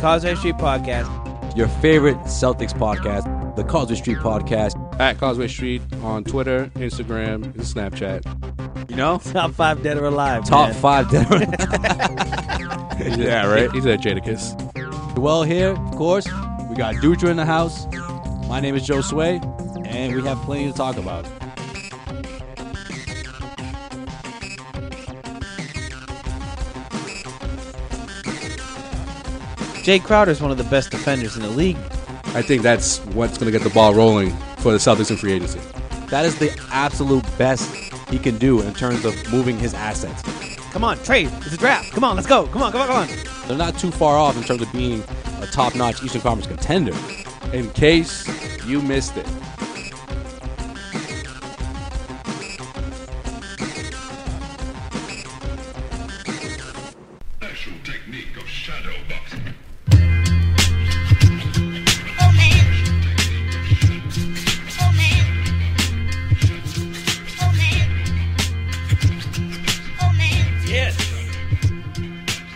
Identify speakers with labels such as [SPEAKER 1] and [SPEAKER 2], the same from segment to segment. [SPEAKER 1] Causeway Street Podcast
[SPEAKER 2] your favorite Celtics podcast, the Causeway Street podcast.
[SPEAKER 3] at Causeway Street on Twitter, Instagram, and Snapchat.
[SPEAKER 2] You know,
[SPEAKER 1] Top Five Dead or Alive.
[SPEAKER 2] top
[SPEAKER 1] man.
[SPEAKER 2] five. dinner-
[SPEAKER 3] yeah, right. He's at Jadakiss.
[SPEAKER 2] well, here, of course, we got Dutra in the house. My name is Joe Sway, and we have plenty to talk about.
[SPEAKER 1] Jay Crowder is one of the best defenders in the league.
[SPEAKER 3] I think that's what's going to get the ball rolling for the Celtics in free agency.
[SPEAKER 2] That is the absolute best he can do in terms of moving his assets.
[SPEAKER 1] Come on, trade. It's a draft. Come on, let's go. Come on, come on, come on.
[SPEAKER 2] They're not too far off in terms of being a top-notch Eastern Conference contender.
[SPEAKER 3] In case you missed it,
[SPEAKER 4] special technique of shadow boxing.
[SPEAKER 5] Oh man. Oh man. Oh man. Oh man. Yes.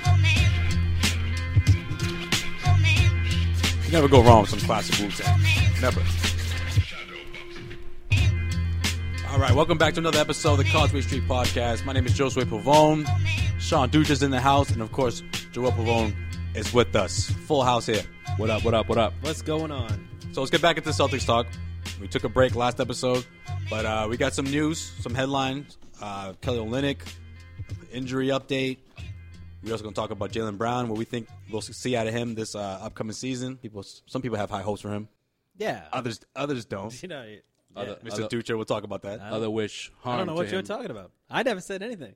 [SPEAKER 5] Oh man. Oh man.
[SPEAKER 2] You never go wrong with some classic moves.
[SPEAKER 5] Oh man.
[SPEAKER 2] Never.
[SPEAKER 4] Shadow boxing.
[SPEAKER 2] All right, welcome back to another episode of the Causeway Street Podcast. My name is Josue Pavone. Sean Duch is in the house, and of course, Joel Pavone is with us. Full house here.
[SPEAKER 3] what up? What up? What up?
[SPEAKER 1] What's going on?
[SPEAKER 2] So let's get back into Celtics talk. We took a break last episode, but uh, we got some news, some headlines. Uh, Kelly Olynyk injury update. We're also going to talk about Jalen Brown, what we think we'll see out of him this uh, upcoming season. People, some people have high hopes for him.
[SPEAKER 1] Yeah.
[SPEAKER 2] Others, others don't.
[SPEAKER 1] you know, yeah.
[SPEAKER 3] Other-
[SPEAKER 2] Mr. Ducha, we'll talk about that.
[SPEAKER 3] Other wish
[SPEAKER 1] I
[SPEAKER 3] harm.
[SPEAKER 1] don't know what
[SPEAKER 3] to
[SPEAKER 1] you're
[SPEAKER 3] him.
[SPEAKER 1] talking about. I never said anything.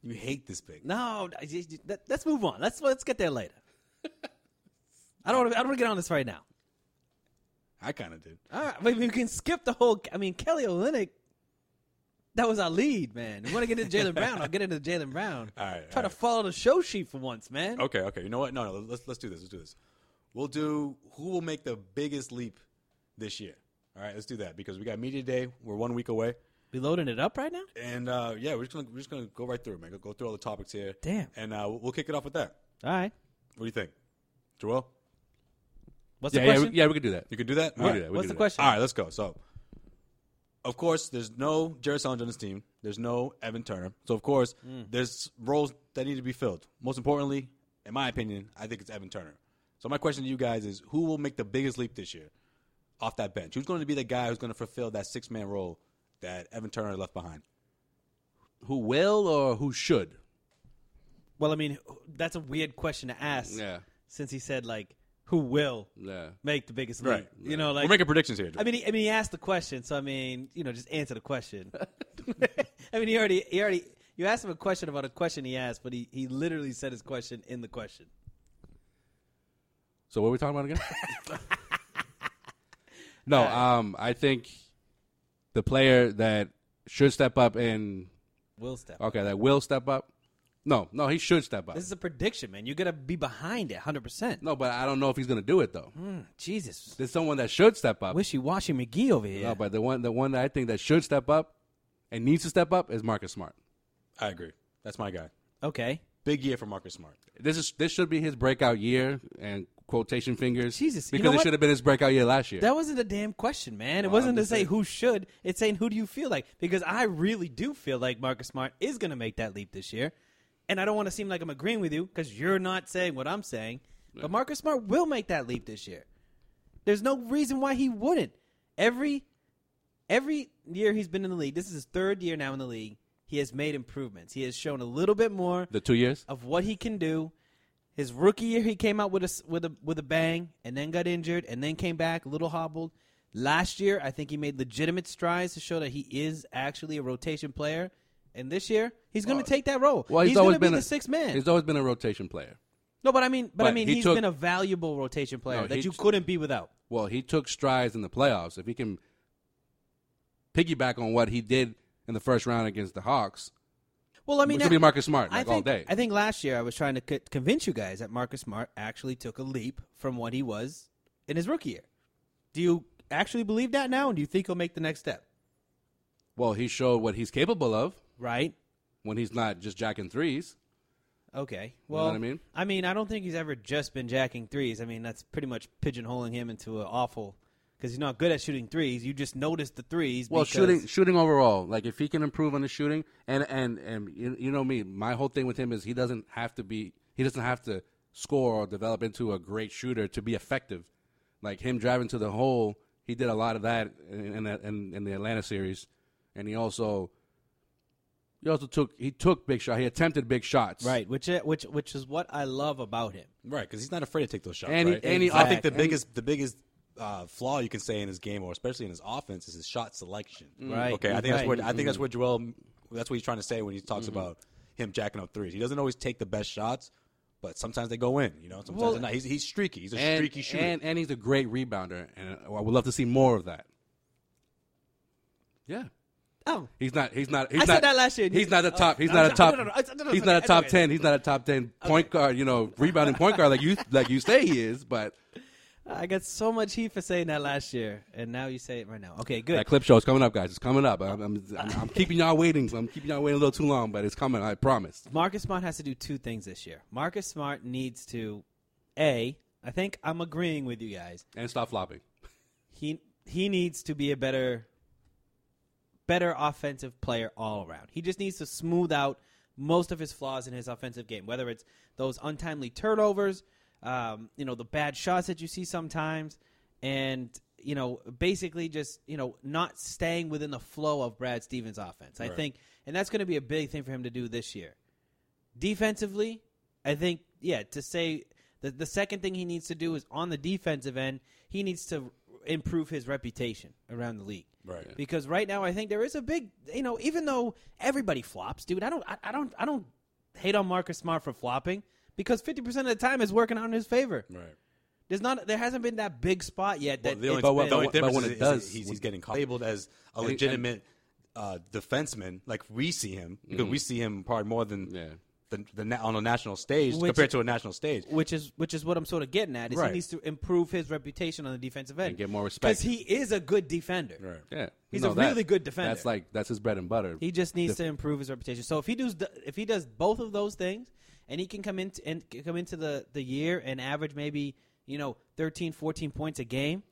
[SPEAKER 2] You hate this pick.
[SPEAKER 1] No, I just- let- let's move on. Let's let's get there later. I don't. Wanna, I don't want to get on this right now.
[SPEAKER 2] I kind of did.
[SPEAKER 1] All right, maybe we can skip the whole. I mean, Kelly Olynyk. That was our lead, man. We want to get into Jalen Brown. I'll get into Jalen Brown.
[SPEAKER 2] All right,
[SPEAKER 1] Try
[SPEAKER 2] all
[SPEAKER 1] to follow the show sheet for once, man.
[SPEAKER 2] Okay, okay. You know what? No, no. Let's let's do this. Let's do this. We'll do who will make the biggest leap this year. All right, let's do that because we got media day. We're one week away,
[SPEAKER 1] We loading it up right now.
[SPEAKER 2] and uh, yeah, we're just gonna we're just gonna go right through, man. Go, go through all the topics here.
[SPEAKER 1] Damn.
[SPEAKER 2] And uh, we'll- we'll kick it off with that.
[SPEAKER 1] All right.
[SPEAKER 2] What do you think, Joel?
[SPEAKER 1] What's
[SPEAKER 3] Yeah,
[SPEAKER 1] the
[SPEAKER 3] yeah,
[SPEAKER 1] question?
[SPEAKER 3] we, yeah, we could do that.
[SPEAKER 2] You can do that.
[SPEAKER 3] We can do that. We can
[SPEAKER 1] What's
[SPEAKER 3] do
[SPEAKER 1] the
[SPEAKER 3] that.
[SPEAKER 1] question?
[SPEAKER 2] All right, let's go. So, of course, there's no Jerry Salinger on this team. There's no Evan Turner. So, of course,
[SPEAKER 1] Hmm.
[SPEAKER 2] there's roles that need to be filled. Most importantly, in my opinion, I think it's Evan Turner. So, my question to you guys is who will make the biggest leap this year off that bench? Who's going to be the guy who's going to fulfill that six man role that Evan Turner left behind?
[SPEAKER 3] Who will or who should?
[SPEAKER 1] Well, I mean, that's a weird question to ask.
[SPEAKER 3] Yeah.
[SPEAKER 1] Since he said like, who will
[SPEAKER 3] Yeah.
[SPEAKER 1] make the biggest leap?
[SPEAKER 2] Right.
[SPEAKER 1] You know, like
[SPEAKER 2] We're making predictions here. Joe.
[SPEAKER 1] I mean, he, I mean, he asked the question, so I mean, you know, just answer the question. I mean, he already, he already, you asked him a question about a question he asked, but he, he literally said his question in the question.
[SPEAKER 3] So what are we talking about again? No, um, I think the player that should step up and
[SPEAKER 1] Will step.
[SPEAKER 3] okay, that will step up. No, no, he should step up.
[SPEAKER 1] This is a prediction, man. You're gonna be behind it, hundred percent.
[SPEAKER 3] No, but I don't know if he's gonna do it though.
[SPEAKER 1] Hmm. Jesus,
[SPEAKER 3] There's someone that should step up.
[SPEAKER 1] wishy washy McGee over here.
[SPEAKER 3] No, but the one, the one that I think that should step up and needs to step up is Marcus Smart.
[SPEAKER 2] I agree. That's my guy.
[SPEAKER 1] okay,
[SPEAKER 2] Big year for Marcus Smart.
[SPEAKER 3] This is this should be his breakout year and quotation fingers.
[SPEAKER 1] Jesus, you
[SPEAKER 3] because
[SPEAKER 1] know
[SPEAKER 3] it
[SPEAKER 1] what?
[SPEAKER 3] should have been his breakout year last year.
[SPEAKER 1] that wasn't a damn question, man. It wasn't to say who should. It's saying who do you feel like? Because I really do feel like Marcus Smart is gonna make that leap this year, and I don't want to seem like I'm agreeing with you because you're not saying what I'm saying. But Marcus Smart will make that leap this year. There's no reason why he wouldn't. Every every year he's been in the league. This is his third year now in the league. He has made improvements. He has shown a little bit more
[SPEAKER 3] the two years.
[SPEAKER 1] of what he can do. His rookie year, he came out with a s- with a with a bang, and then got injured, and then came back a little hobbled. Last year, I think he made legitimate strides to show that he is actually a rotation player. And this year, he's going to take that role.
[SPEAKER 3] Well, he's,
[SPEAKER 1] he's, going
[SPEAKER 3] always
[SPEAKER 1] to be
[SPEAKER 3] been
[SPEAKER 1] the
[SPEAKER 3] a,
[SPEAKER 1] sixth man.
[SPEAKER 3] He's always been a rotation player.
[SPEAKER 1] no, but I mean, but, I
[SPEAKER 3] but
[SPEAKER 1] mean,
[SPEAKER 3] he
[SPEAKER 1] he's
[SPEAKER 3] took-
[SPEAKER 1] been a valuable rotation player
[SPEAKER 3] No,
[SPEAKER 1] that
[SPEAKER 3] he
[SPEAKER 1] you
[SPEAKER 3] t-
[SPEAKER 1] couldn't be without.
[SPEAKER 3] Well, he took strides in the playoffs. If he can piggyback on what he did in the first round against the Hawks,
[SPEAKER 1] Well, I mean,
[SPEAKER 3] It's gonna be Marcus Smart,
[SPEAKER 1] I
[SPEAKER 3] like,
[SPEAKER 1] think,
[SPEAKER 3] all day.
[SPEAKER 1] I think last year I was trying to c- convince you guys that Marcus Smart actually took a leap from what he was in his rookie year. Do you actually believe that now, and do you think he'll make the next step?
[SPEAKER 3] well, he showed what he's capable of
[SPEAKER 1] Right?
[SPEAKER 3] when he's not just jacking threes.
[SPEAKER 1] Okay.
[SPEAKER 3] You know
[SPEAKER 1] Well,
[SPEAKER 3] what I mean?
[SPEAKER 1] I mean, I don't think he's ever just been jacking threes. I mean, that's pretty much pigeonholing him into an awful because he's not good at shooting threes. You just notice the threes.
[SPEAKER 3] Well,
[SPEAKER 1] because-
[SPEAKER 3] shooting, shooting overall, like if he can improve on the shooting, and and and you, you know me, my whole thing with him is he doesn't have to be, he doesn't have to score or develop into a great shooter to be effective. Like him driving to the hole, he did a lot of that in in, that- in, in the Atlanta series, and he also he also took he took big shot, he attempted big shots,
[SPEAKER 1] Right, which which which is what I love about him.
[SPEAKER 2] Right, because he's not afraid to take those shots.
[SPEAKER 3] And he-
[SPEAKER 2] right?
[SPEAKER 3] and he-
[SPEAKER 2] I think the
[SPEAKER 3] Exactly.
[SPEAKER 2] biggest the biggest uh, flaw you can say in his game, or especially in his offense, is his shot selection.
[SPEAKER 1] Right,
[SPEAKER 2] Okay. I think that's
[SPEAKER 1] right.
[SPEAKER 2] what I think that's what Joel. That's what he's trying to say when he talks about him jacking up threes. He doesn't always take the best shots, but sometimes they go in. You know, sometimes
[SPEAKER 1] Well-
[SPEAKER 2] they're not. He's, he's streaky. He's a
[SPEAKER 3] and,
[SPEAKER 2] streaky shooter.
[SPEAKER 3] And, and he's a great rebounder, and I would love to see more of that. Yeah.
[SPEAKER 1] Oh,
[SPEAKER 3] He's not. He's not. He's
[SPEAKER 1] I
[SPEAKER 3] not,
[SPEAKER 1] said that last year, and you-
[SPEAKER 3] He's not a
[SPEAKER 1] oh,
[SPEAKER 3] top. He's
[SPEAKER 1] no,
[SPEAKER 3] not
[SPEAKER 1] no,
[SPEAKER 3] a top.
[SPEAKER 1] no, no, no, it's- no, no,
[SPEAKER 3] He's not a
[SPEAKER 1] it's
[SPEAKER 3] top
[SPEAKER 1] okay.
[SPEAKER 3] ten. He's not a top ten point guard. You know, rebounding point guard like you like you say he is. But
[SPEAKER 1] I got so much heat for saying that last year, and now you say it right now. Okay, good.
[SPEAKER 3] that clip show is coming up, guys. It's coming up. I'm, I'm, I'm, I'm keeping y'all waiting. I'm keeping y'all waiting a little too long, but it's coming. I promise.
[SPEAKER 1] Marcus Smart has to do two things this year. Marcus Smart needs to, a. I think I'm agreeing with you guys.
[SPEAKER 3] And stop flopping.
[SPEAKER 1] He he needs to be a better, better offensive player all around. He just needs to smooth out most of his flaws in his offensive game, whether it's those untimely turnovers, um, you know, the bad shots that you see sometimes, and you know, basically just you know not staying within the flow of Brad Stevens' offense. I think, and that's going to be a big thing for him to do this year defensively, I think yeah. To say the the second thing he needs to do is on the defensive end, he needs to improve his reputation around the league.
[SPEAKER 2] Right.
[SPEAKER 1] Because right now, I think there is a big you know even though everybody flops, dude. I don't I, I don't I don't hate on Marcus Smart for flopping because fifty percent of the time it's working out in his favor.
[SPEAKER 2] right.
[SPEAKER 1] There's not there hasn't been that big spot yet
[SPEAKER 2] Well,
[SPEAKER 1] that
[SPEAKER 2] the only,
[SPEAKER 1] it's been-
[SPEAKER 2] the only
[SPEAKER 3] but
[SPEAKER 2] difference
[SPEAKER 3] when
[SPEAKER 2] is,
[SPEAKER 3] it
[SPEAKER 2] is
[SPEAKER 3] does-
[SPEAKER 2] he's, he's getting caught. labeled as a
[SPEAKER 3] he-
[SPEAKER 2] legitimate uh, defenseman, like we see him because we see him probably more than
[SPEAKER 3] Yeah.
[SPEAKER 2] the, the na- on a national stage
[SPEAKER 1] Which-
[SPEAKER 2] compared to a national stage.
[SPEAKER 1] which is which is what I'm sort of getting at. Is
[SPEAKER 2] Right.
[SPEAKER 1] he needs to improve his reputation on the defensive end
[SPEAKER 3] And get more respect.
[SPEAKER 1] because he is a good defender.
[SPEAKER 2] Right.
[SPEAKER 3] Yeah,
[SPEAKER 1] He's
[SPEAKER 3] No,
[SPEAKER 1] a
[SPEAKER 3] that-
[SPEAKER 1] really good defender.
[SPEAKER 3] That's like that's his bread and butter.
[SPEAKER 1] He just needs to improve his reputation. So if he does the- if he does both of those things and he can come in and c- come into the the year and average maybe, you know, 13 14 points a game,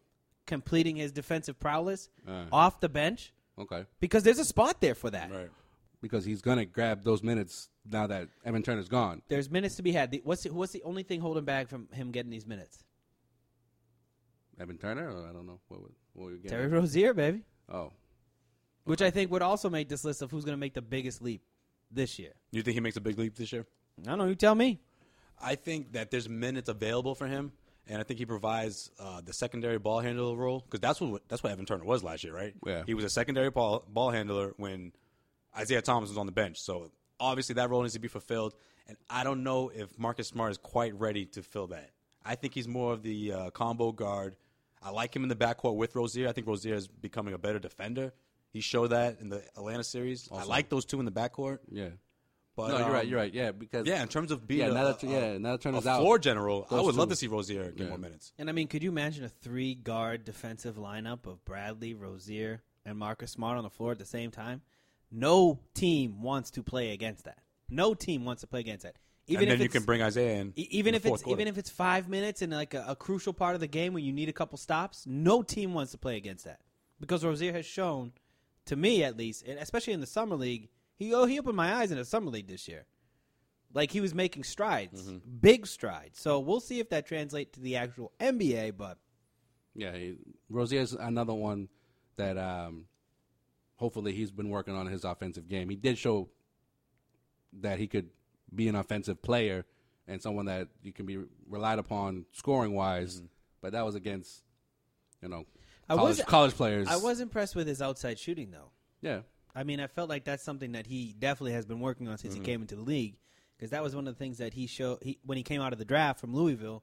[SPEAKER 1] completing his defensive prowess
[SPEAKER 3] Uh.
[SPEAKER 1] off the bench
[SPEAKER 3] okay,
[SPEAKER 1] because there's a spot there for that.
[SPEAKER 2] Right.
[SPEAKER 3] because he's gonna grab those minutes now that Evan Turner's gone.
[SPEAKER 1] There's minutes to be had. The- What's the, what's the only thing holding back from him getting these minutes?
[SPEAKER 3] Evan Turner, or I don't know what would what would
[SPEAKER 1] Terry Rozier, baby,
[SPEAKER 3] Oh,
[SPEAKER 1] which I think would also make this list of who's going to make the biggest leap this year.
[SPEAKER 2] You think he makes a big leap this year?
[SPEAKER 1] I don't know, you tell me.
[SPEAKER 2] I think that there's minutes available for him, and I think he provides uh, the secondary ball handler role because that's what that's what Evan Turner was last year, right?
[SPEAKER 3] Yeah.
[SPEAKER 2] he was a secondary ball ball handler when Isaiah Thomas was on the bench. So obviously that role needs to be fulfilled, and I don't know if Marcus Smart is quite ready to fill that. I think he's more of the uh, combo guard. I like him in the backcourt with Rozier. I think Rozier is becoming a better defender. He showed that in the Atlanta series. I like those two in the backcourt.
[SPEAKER 3] Yeah.
[SPEAKER 2] But
[SPEAKER 3] no, you're right.
[SPEAKER 2] um,
[SPEAKER 3] You're right. Yeah, because
[SPEAKER 2] Yeah, in terms of being
[SPEAKER 3] yeah,
[SPEAKER 2] a,
[SPEAKER 3] now that,
[SPEAKER 2] a-
[SPEAKER 3] yeah, now that Turner's
[SPEAKER 2] a
[SPEAKER 3] out,
[SPEAKER 2] floor general, I
[SPEAKER 3] those
[SPEAKER 2] would love
[SPEAKER 3] two.
[SPEAKER 2] to see Rozier get
[SPEAKER 3] Yeah.
[SPEAKER 2] more minutes.
[SPEAKER 1] And I mean, could you imagine a three guard defensive lineup of Bradley, Rozier, and Marcus Smart on the floor at the same time? No team wants to play against that. No team wants to play against that.
[SPEAKER 2] and then you
[SPEAKER 1] it's-
[SPEAKER 2] can bring Isaiah in.
[SPEAKER 1] E-
[SPEAKER 2] in
[SPEAKER 1] even
[SPEAKER 2] the
[SPEAKER 1] if it's
[SPEAKER 2] fourth quarter.
[SPEAKER 1] even if it's five minutes and like a, a crucial part of the game when you need a couple stops, no team wants to play against that because Rozier has shown, to me at least, and especially in the summer league, he oh he opened my eyes in the summer league this year, like he was making strides,
[SPEAKER 2] Mm-hmm.
[SPEAKER 1] big strides. So we'll see if that translates to the actual NBA. But
[SPEAKER 3] Yeah, he, Rozier's another one that um, hopefully he's been working on his offensive game. He did show that he could be an offensive player and someone that you can be relied upon scoring wise,
[SPEAKER 2] Mm-hmm.
[SPEAKER 3] but that was against you know
[SPEAKER 1] I
[SPEAKER 3] college,
[SPEAKER 1] was-
[SPEAKER 3] college players.
[SPEAKER 1] I was impressed with his outside shooting though.
[SPEAKER 3] yeah.
[SPEAKER 1] I mean, I felt like that's something that he definitely has been working on since he came into the league, because that was one of the things that he showed he, when he came out of the draft from Louisville.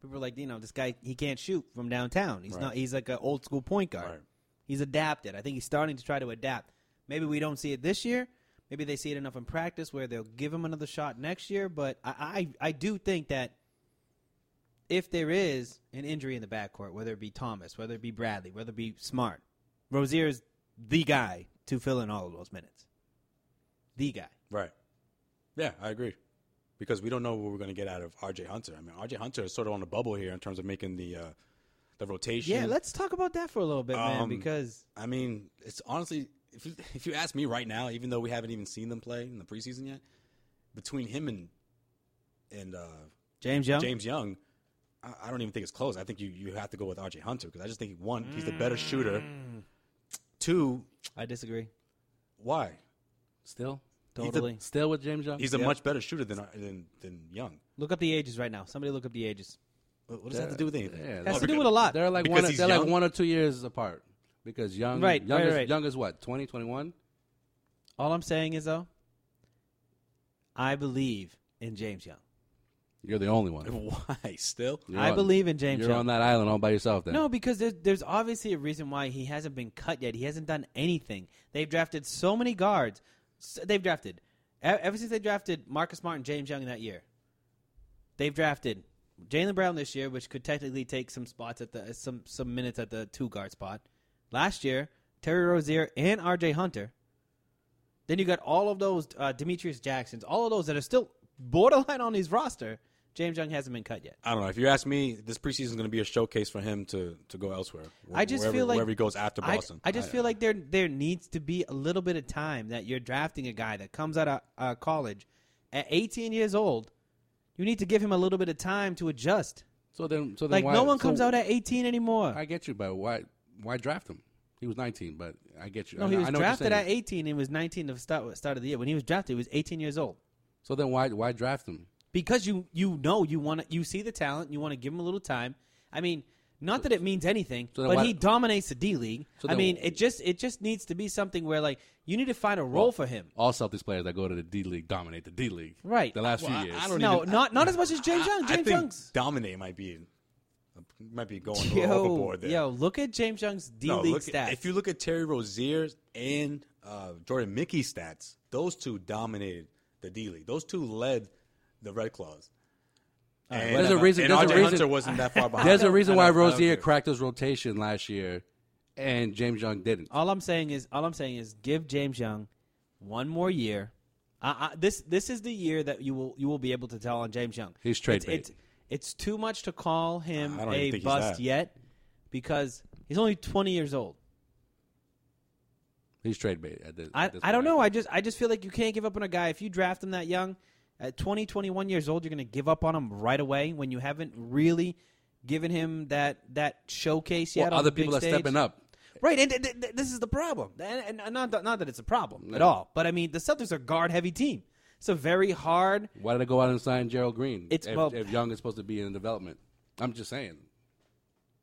[SPEAKER 1] People were like, you know, this guy he can't shoot from downtown. He's not. He's like an old school point guard.
[SPEAKER 2] Right.
[SPEAKER 1] He's adapted. I think he's starting to try to adapt. Maybe we don't see it this year. Maybe they see it enough in practice where they'll give him another shot next year. But I, I, I do think that if there is an injury in the backcourt, whether it be Thomas, whether it be Bradley, whether it be Smart, Rozier is the guy to fill in all of those minutes. The guy.
[SPEAKER 2] Right. Yeah, I agree. Because we don't know what we're going to get out of RJ Hunter. I mean, RJ Hunter is sort of on the bubble here in terms of making the uh, the rotation.
[SPEAKER 1] Yeah, let's talk about that for a little bit, man,
[SPEAKER 2] Um,
[SPEAKER 1] because
[SPEAKER 2] I mean, it's honestly, if you, if you ask me right now, even though we haven't even seen them play in the preseason yet, between him and and uh,
[SPEAKER 1] James Young.
[SPEAKER 2] James Young, I, I don't even think it's close. I think you you have to go with RJ Hunter because I just think one, he's the better shooter. Two,
[SPEAKER 1] I disagree.
[SPEAKER 2] why?
[SPEAKER 3] Still,
[SPEAKER 2] He's a-
[SPEAKER 1] Totally.
[SPEAKER 3] still with James Young.
[SPEAKER 2] He's a much better shooter than than than Young.
[SPEAKER 1] Look up the ages right now. Somebody look up the ages.
[SPEAKER 2] What what does that have to do with anything?
[SPEAKER 3] yeah, Oh,
[SPEAKER 1] Has to do
[SPEAKER 2] because-
[SPEAKER 1] with a lot.
[SPEAKER 3] They're like
[SPEAKER 2] Because
[SPEAKER 3] one. They're
[SPEAKER 2] he's
[SPEAKER 3] like
[SPEAKER 2] young?
[SPEAKER 3] one or two years apart because young,
[SPEAKER 1] Right,
[SPEAKER 3] Young
[SPEAKER 1] right,
[SPEAKER 3] is,
[SPEAKER 1] right.
[SPEAKER 3] Young is what 20, 21?
[SPEAKER 1] All I'm saying is though, I believe in James Young.
[SPEAKER 3] You're the only one.
[SPEAKER 2] Why still?
[SPEAKER 3] You're
[SPEAKER 1] I
[SPEAKER 3] on-
[SPEAKER 1] believe in James
[SPEAKER 3] You're
[SPEAKER 1] Young.
[SPEAKER 3] on that island all by yourself. Then
[SPEAKER 1] No, because there's, there's obviously a reason why he hasn't been cut yet. He hasn't done anything. They've drafted so many guards. S they've drafted e- ever since they drafted Marcus Smart and James Young that year. They've drafted Jalen Brown this year, which could technically take some spots at the some some minutes at the two guard spot. Last year, Terry Rozier and R.J. Hunter. Then you got all of those uh, Demetrius Jacksons, all of those that are still borderline on his roster. James Young hasn't been cut yet.
[SPEAKER 2] I don't know. If you ask me, this preseason is going to be a showcase for him to, to go elsewhere. Wh-
[SPEAKER 1] I just
[SPEAKER 2] wherever,
[SPEAKER 1] feel like
[SPEAKER 2] wherever he goes after
[SPEAKER 1] I-
[SPEAKER 2] Boston.
[SPEAKER 1] I, just feel like there there needs to be a little bit of time that you're drafting a guy that comes out of uh, college at 18 years old. You need to give him a little bit of time to adjust.
[SPEAKER 3] So then, so then
[SPEAKER 1] Like
[SPEAKER 3] why,
[SPEAKER 1] no one
[SPEAKER 3] so-
[SPEAKER 1] comes out at 18 anymore.
[SPEAKER 3] I get you, but why? Why draft him? He was 19, but I get you.
[SPEAKER 1] no,
[SPEAKER 3] I,
[SPEAKER 1] he
[SPEAKER 3] I
[SPEAKER 1] was
[SPEAKER 3] know what you're
[SPEAKER 1] drafted
[SPEAKER 3] saying.
[SPEAKER 1] at 18 and was 19 to start start of the year. When he was drafted, he was 18 years old.
[SPEAKER 3] So then, why why draft him?
[SPEAKER 1] because you you know you want to you see the talent you want to give him a little time i mean not that it means anything
[SPEAKER 3] So then
[SPEAKER 1] but
[SPEAKER 3] why-
[SPEAKER 1] he dominates the d league
[SPEAKER 3] So
[SPEAKER 1] i
[SPEAKER 3] then-
[SPEAKER 1] mean it just it just needs to be something where like you need to find a role for him
[SPEAKER 3] All Celtics players that go to the D League dominate the D League.
[SPEAKER 1] Right.
[SPEAKER 3] The last
[SPEAKER 2] Well, I-
[SPEAKER 3] few years.
[SPEAKER 2] I don't
[SPEAKER 1] no
[SPEAKER 2] even-
[SPEAKER 1] not not as much as james young
[SPEAKER 2] I
[SPEAKER 1] james
[SPEAKER 2] think
[SPEAKER 1] young's
[SPEAKER 2] dominate might be might be going a little
[SPEAKER 1] yo,
[SPEAKER 2] overboard there.
[SPEAKER 1] yo look at james young's d
[SPEAKER 2] No,
[SPEAKER 1] league
[SPEAKER 2] look
[SPEAKER 1] stats
[SPEAKER 2] at- if you look at Terry Rozier's and uh, Jordan Mickey's stats, those two dominated the D League. Those two led the Red Claws. And,
[SPEAKER 3] There's a reason-
[SPEAKER 2] And
[SPEAKER 3] there's a
[SPEAKER 2] RJ
[SPEAKER 3] reason-
[SPEAKER 2] Hunter wasn't that far behind.
[SPEAKER 3] There's a reason why
[SPEAKER 2] I don't- I don't
[SPEAKER 3] Rozier
[SPEAKER 2] care.
[SPEAKER 3] cracked his rotation last year, and James Young didn't.
[SPEAKER 1] all i'm saying is all i'm saying is give james young one more year I, I, this this is the year that you will you will be able to tell on James Young.
[SPEAKER 3] He's trade
[SPEAKER 1] it's,
[SPEAKER 3] bait.
[SPEAKER 1] It's, it's too much to call him
[SPEAKER 2] I don't
[SPEAKER 1] a
[SPEAKER 2] even think he's
[SPEAKER 1] bust
[SPEAKER 2] that.
[SPEAKER 1] yet because he's only 20 years old.
[SPEAKER 3] He's trade bait at this.
[SPEAKER 1] I,
[SPEAKER 3] at this
[SPEAKER 1] I don't
[SPEAKER 3] point.
[SPEAKER 1] know. I just I just feel like you can't give up on a guy if you draft him that young at 20, 21 years old. You're going to give up on him right away when you haven't really given him that that showcase
[SPEAKER 3] Well,
[SPEAKER 1] yet. on
[SPEAKER 3] other
[SPEAKER 1] the big
[SPEAKER 3] people are
[SPEAKER 1] stage.
[SPEAKER 3] stepping up.
[SPEAKER 1] Right, and th- th- th- this is the problem. And, and not that, not that it's a problem at all, but I mean the Celtics are a guard heavy team. It's a very hard.
[SPEAKER 3] Why did they go out and sign Gerald Green?
[SPEAKER 1] It's-
[SPEAKER 3] if,
[SPEAKER 1] well-
[SPEAKER 3] if Young is supposed to be in development. I'm just saying.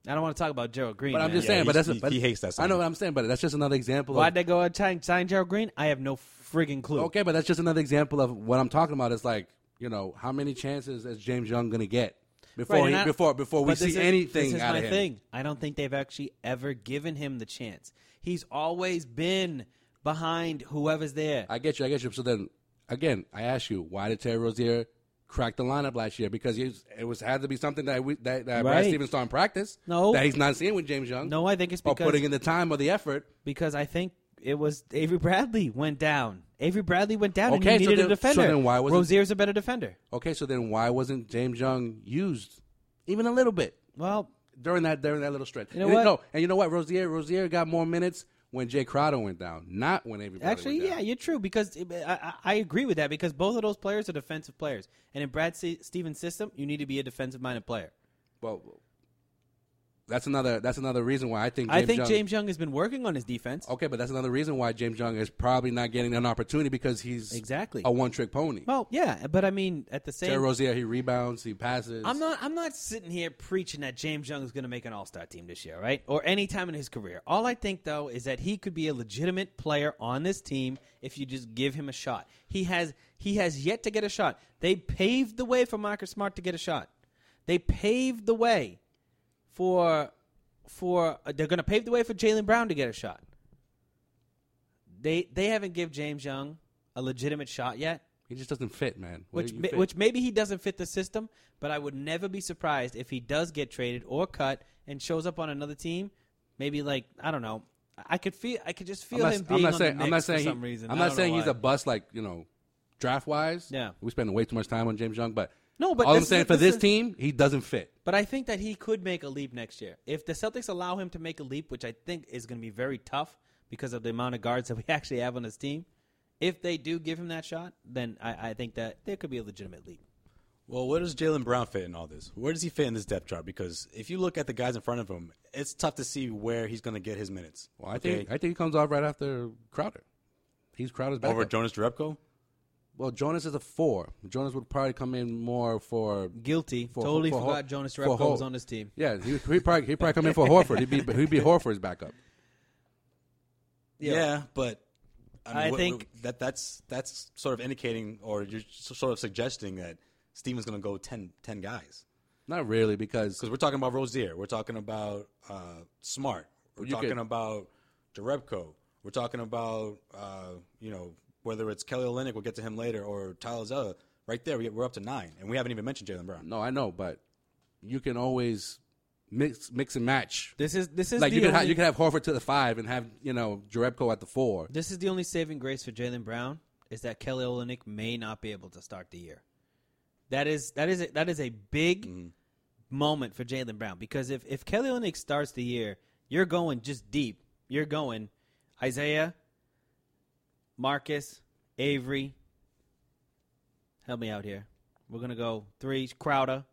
[SPEAKER 1] I don't want to talk about Gerald Green.
[SPEAKER 3] But I'm
[SPEAKER 1] man.
[SPEAKER 3] just saying. But
[SPEAKER 2] he's-
[SPEAKER 3] that's a-
[SPEAKER 2] he-
[SPEAKER 3] but-
[SPEAKER 2] he hates that
[SPEAKER 3] I know
[SPEAKER 2] signing.
[SPEAKER 3] what I'm saying, but that's just another example. of,
[SPEAKER 1] Why'd they go and sign, sign Gerald Green? I have no friggin' clue.
[SPEAKER 3] Okay, but that's just another example of what I'm talking about. Is like you know how many chances is James Young gonna get? before
[SPEAKER 1] and
[SPEAKER 3] he,
[SPEAKER 1] I-
[SPEAKER 3] before before we
[SPEAKER 1] but this
[SPEAKER 3] see
[SPEAKER 1] is-
[SPEAKER 3] anything
[SPEAKER 1] This is
[SPEAKER 3] out
[SPEAKER 1] my
[SPEAKER 3] of him.
[SPEAKER 1] thing. I don't think they've actually ever given him the chance. He's always been behind whoever's there.
[SPEAKER 3] I get you. I get you. So then, again, I ask you, why did Terry Rozier crack the lineup last year? Because he was, it was had to be something that we, that, that Brad
[SPEAKER 1] Right.
[SPEAKER 3] Stevens saw in practice.
[SPEAKER 1] No.
[SPEAKER 3] that he's not seeing with James Young.
[SPEAKER 1] no, I think it's
[SPEAKER 3] or
[SPEAKER 1] because
[SPEAKER 3] putting in the time or the effort.
[SPEAKER 1] because I think it was Avery Bradley went down. Avery Bradley went down,
[SPEAKER 3] Okay, so
[SPEAKER 1] and he needed
[SPEAKER 3] then-
[SPEAKER 1] a
[SPEAKER 3] so
[SPEAKER 1] defender.
[SPEAKER 3] then why wasn't-
[SPEAKER 1] Rozier's a better defender?
[SPEAKER 3] Okay, so then why wasn't James Young used even a little bit
[SPEAKER 1] Well,
[SPEAKER 3] during that during that little stretch?
[SPEAKER 1] You know
[SPEAKER 3] And
[SPEAKER 1] what?
[SPEAKER 3] No, and you know what? Rozier Rozier got more minutes when Jay Crowder went down, not when Avery. Bradley
[SPEAKER 1] Actually,
[SPEAKER 3] went
[SPEAKER 1] yeah,
[SPEAKER 3] down.
[SPEAKER 1] you're true because it- I, I, I agree with that because both of those players are defensive players, and in Brad Se- Stevens' system, you need to be a defensive-minded player.
[SPEAKER 3] Well, that's another that's another reason why I think James
[SPEAKER 1] I think
[SPEAKER 3] Young,
[SPEAKER 1] James Young has been working on his defense.
[SPEAKER 3] Okay, but that's another reason why James Young is probably not getting an opportunity because he's
[SPEAKER 1] Exactly.
[SPEAKER 3] a one trick pony.
[SPEAKER 1] Well, yeah, but I mean, at the
[SPEAKER 3] Terry
[SPEAKER 1] same,
[SPEAKER 3] Rozier, he rebounds, he passes.
[SPEAKER 1] I'm not I'm not sitting here preaching that James Young is going to make an All Star team this year, right? Or any time in his career. All I think though is that he could be a legitimate player on this team if you just give him a shot. He has he has yet to get a shot. They paved the way for Marcus Smart to get a shot. They paved the way for for uh, they're going to pave the way for Jalen Brown to get a shot. They they haven't give James Young a legitimate shot yet
[SPEAKER 3] He just doesn't fit, man. Where
[SPEAKER 1] which
[SPEAKER 3] do you
[SPEAKER 1] ma-
[SPEAKER 3] fit?
[SPEAKER 1] which maybe he doesn't fit the system, but I would never be surprised if he does get traded or cut and shows up on another team. Maybe like I don't know. I- I could feel I could just feel him being on
[SPEAKER 3] saying
[SPEAKER 1] the
[SPEAKER 3] I'm
[SPEAKER 1] Knicks
[SPEAKER 3] not saying
[SPEAKER 1] for some
[SPEAKER 3] he,
[SPEAKER 1] reason.
[SPEAKER 3] I'm
[SPEAKER 1] I
[SPEAKER 3] not
[SPEAKER 1] don't know
[SPEAKER 3] saying he's
[SPEAKER 1] why.
[SPEAKER 3] a bust like you know draft wise.
[SPEAKER 1] Yeah.
[SPEAKER 3] we spend way too much time on James Young, but
[SPEAKER 1] No, but
[SPEAKER 3] all I'm
[SPEAKER 1] this is-
[SPEAKER 3] saying for this
[SPEAKER 1] this is-
[SPEAKER 3] team, he doesn't fit.
[SPEAKER 1] But I think that he could make a leap next year if the Celtics allow him to make a leap, which I think is going to be very tough because of the amount of guards that we actually have on this team. If they do give him that shot, then I, I think that there could be a legitimate leap.
[SPEAKER 2] Well, where does Jalen Brown fit in all this? Where does he fit in this depth chart? Because if you look at the guys in front of him, it's tough to see where he's going to get his minutes.
[SPEAKER 3] Well, I think I think he comes off right after Crowder. He's Crowder's back.
[SPEAKER 2] over Jonas Jerebko.
[SPEAKER 3] well, Jonas is a four. Jonas would probably come in more for
[SPEAKER 1] Guilty.
[SPEAKER 3] for-
[SPEAKER 1] totally
[SPEAKER 3] for Ho-
[SPEAKER 1] forgot Jonas
[SPEAKER 3] for
[SPEAKER 1] Repko
[SPEAKER 3] Ho-
[SPEAKER 1] was on this team.
[SPEAKER 3] Yeah, he he probably he probably come in for Horford. He'd be he'd be Horford's backup.
[SPEAKER 2] Yeah, but I, mean,
[SPEAKER 1] I
[SPEAKER 2] wh- wh-
[SPEAKER 1] think-
[SPEAKER 2] that that's that's sort of indicating or you're s- sort of suggesting that Steven's going to go 10, 10 guys
[SPEAKER 3] Not really because
[SPEAKER 2] because we're talking about Rozier, we're talking about uh, Smart, we're
[SPEAKER 3] You
[SPEAKER 2] talking
[SPEAKER 3] could-
[SPEAKER 2] about Jerebko, we're talking about uh, you know whether it's Kelly Olynyk, we'll get to him later, or Tyler Zeller. Right there, we- we're up to nine, and we haven't even mentioned Jalen Brown.
[SPEAKER 3] No, I know, but you can always mix mix and match.
[SPEAKER 1] This is this is
[SPEAKER 3] like
[SPEAKER 1] the
[SPEAKER 3] you can
[SPEAKER 1] only,
[SPEAKER 3] have, you can have Horford to the five and have you know Jarebko at the four.
[SPEAKER 1] This is the only saving grace for Jalen Brown is that Kelly Olynyk may not be able to start the year. That is that is a, that is a big
[SPEAKER 2] Mm-hmm.
[SPEAKER 1] moment for Jalen Brown because if if Kelly Olynyk starts the year, you're going just deep. You're going Isaiah, Marcus, Avery. Help me out here. We're gonna go three Crowder,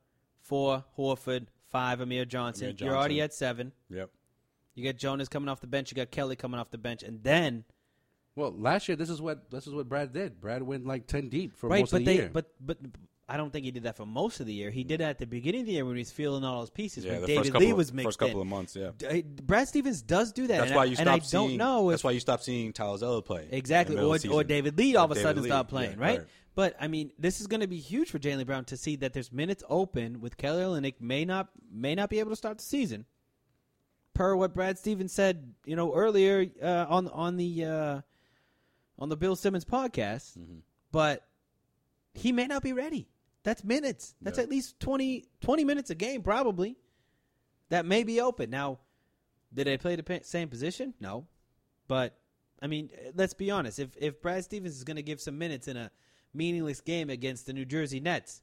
[SPEAKER 1] four Horford, five Amir Johnson.
[SPEAKER 2] Amir
[SPEAKER 1] You're already
[SPEAKER 2] Johnson.
[SPEAKER 1] at seven.
[SPEAKER 2] Yep.
[SPEAKER 1] You got Jonas coming off the bench. You got Kelly coming off the bench, and then
[SPEAKER 3] Well, last year this is what this is what Brad did. Brad went like ten deep for most
[SPEAKER 1] but
[SPEAKER 3] of the
[SPEAKER 1] they,
[SPEAKER 3] year.
[SPEAKER 1] But but I don't think he did that for most of the year. He did that at the beginning of the year when he was feeling all those pieces.
[SPEAKER 2] Yeah,
[SPEAKER 1] when
[SPEAKER 2] the
[SPEAKER 1] David
[SPEAKER 2] first
[SPEAKER 1] Lee
[SPEAKER 2] couple of-
[SPEAKER 1] was mixed
[SPEAKER 2] first couple of
[SPEAKER 1] in.
[SPEAKER 2] months, yeah.
[SPEAKER 1] D- I- Brad Stevens does do that.
[SPEAKER 2] That's
[SPEAKER 1] and
[SPEAKER 2] why
[SPEAKER 1] I-
[SPEAKER 2] you
[SPEAKER 1] and
[SPEAKER 2] stop
[SPEAKER 1] I
[SPEAKER 2] seeing.
[SPEAKER 1] don't know. If,
[SPEAKER 2] that's why you stop seeing Tyler Zeller play
[SPEAKER 1] exactly,
[SPEAKER 2] in the middle
[SPEAKER 1] or,
[SPEAKER 2] of the
[SPEAKER 1] or
[SPEAKER 2] season.
[SPEAKER 1] David Lee
[SPEAKER 2] Or
[SPEAKER 1] all of a
[SPEAKER 2] David
[SPEAKER 1] sudden
[SPEAKER 2] Lee,
[SPEAKER 1] stop playing,
[SPEAKER 2] yeah,
[SPEAKER 1] right? But I mean, this is going to be huge for Jalen Brown to see that there's minutes open with Kelly Olynyk may not may not be able to start the season. Per what Brad Stevens said, you know earlier uh, on on the uh, on the Bill Simmons podcast,
[SPEAKER 2] Mm-hmm.
[SPEAKER 1] but he may not be ready. That's minutes. That's at least 20, 20 minutes a game, probably. That may be open. Now, did they play the pa- same position? No. But, I mean, eh, let's be honest. If, if Brad Stevens is going to give some minutes in a meaningless game against the New Jersey Nets,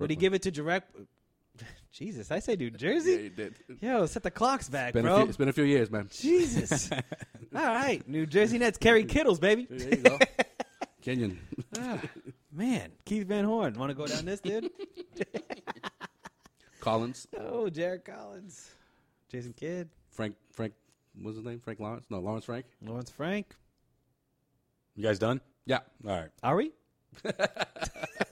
[SPEAKER 1] would he give it to direct? Jesus, I say New Jersey?
[SPEAKER 3] did.
[SPEAKER 1] Yo, set the clocks back,
[SPEAKER 3] Been a
[SPEAKER 1] bro.
[SPEAKER 3] few, it's been a few years, man.
[SPEAKER 1] Jesus. All right. New Jersey Nets. Kerry Kittles, baby.
[SPEAKER 3] There you go. Kenyon.
[SPEAKER 1] Man, Keith Van Horn. Want to go down this, dude?
[SPEAKER 3] Collins.
[SPEAKER 1] Oh, Jared Collins, Jason Kidd,
[SPEAKER 3] Frank Frank what's his name? Frank Lawrence? No, Lawrence Frank.
[SPEAKER 1] Lawrence Frank.
[SPEAKER 2] You guys done?
[SPEAKER 3] Yeah.
[SPEAKER 2] All right.
[SPEAKER 1] Are we?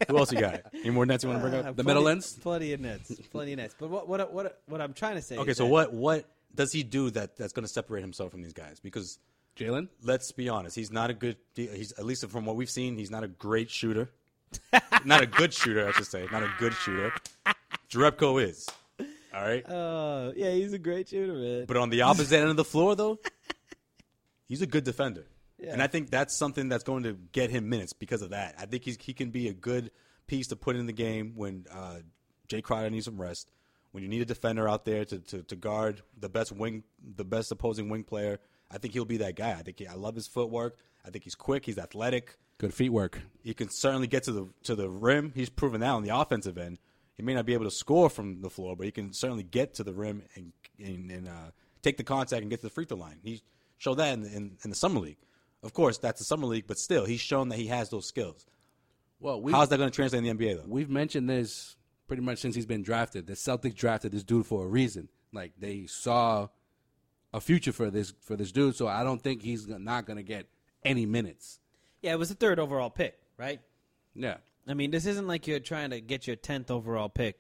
[SPEAKER 2] Who else you got? Any more nets you want to bring
[SPEAKER 1] Uh,
[SPEAKER 2] up?
[SPEAKER 3] The middle ends?
[SPEAKER 1] Plenty of nets. Plenty of nets. But what what what what I'm trying to say?
[SPEAKER 2] Okay,
[SPEAKER 1] is
[SPEAKER 2] so
[SPEAKER 1] that-
[SPEAKER 2] what what does he do that that's going to separate himself from these guys? Because
[SPEAKER 3] Jalen?
[SPEAKER 2] let's be honest, he's not a good. He's at least from what we've seen, he's not a great shooter. not a good shooter, I should say. Not a good shooter. Jarebko is. All right.
[SPEAKER 1] Uh, yeah, he's a great shooter, man.
[SPEAKER 2] But on the opposite end of the floor, though, he's a good defender. And I think that's something that's going to get him minutes because of that. I think he's, he can be a good piece to put in the game when uh, Jay Crowder needs some rest, when you need a defender out there to, to, to guard the best wing, the best opposing wing player. I think he'll be that guy. I think he, I love his footwork. I think he's quick. He's athletic.
[SPEAKER 3] Good feet work.
[SPEAKER 2] He can certainly get to the to the rim. He's proven that on the offensive end. He may not be able to score from the floor, but he can certainly get to the rim and and, and uh, take the contact and get to the free throw line. He showed that in, in, in the summer league. Of course, that's the summer league, but still, he's shown that he has those skills.
[SPEAKER 3] Well, we
[SPEAKER 2] How's that going to translate in the NBA though?
[SPEAKER 3] we've mentioned this pretty much since he's been drafted. The Celtics drafted this dude for a reason. Like they saw a future for this for this dude, so I don't think he's not going to get any minutes.
[SPEAKER 1] Yeah, it was the third overall pick, right?
[SPEAKER 3] Yeah.
[SPEAKER 1] I mean, this isn't like you're trying to get your tenth overall pick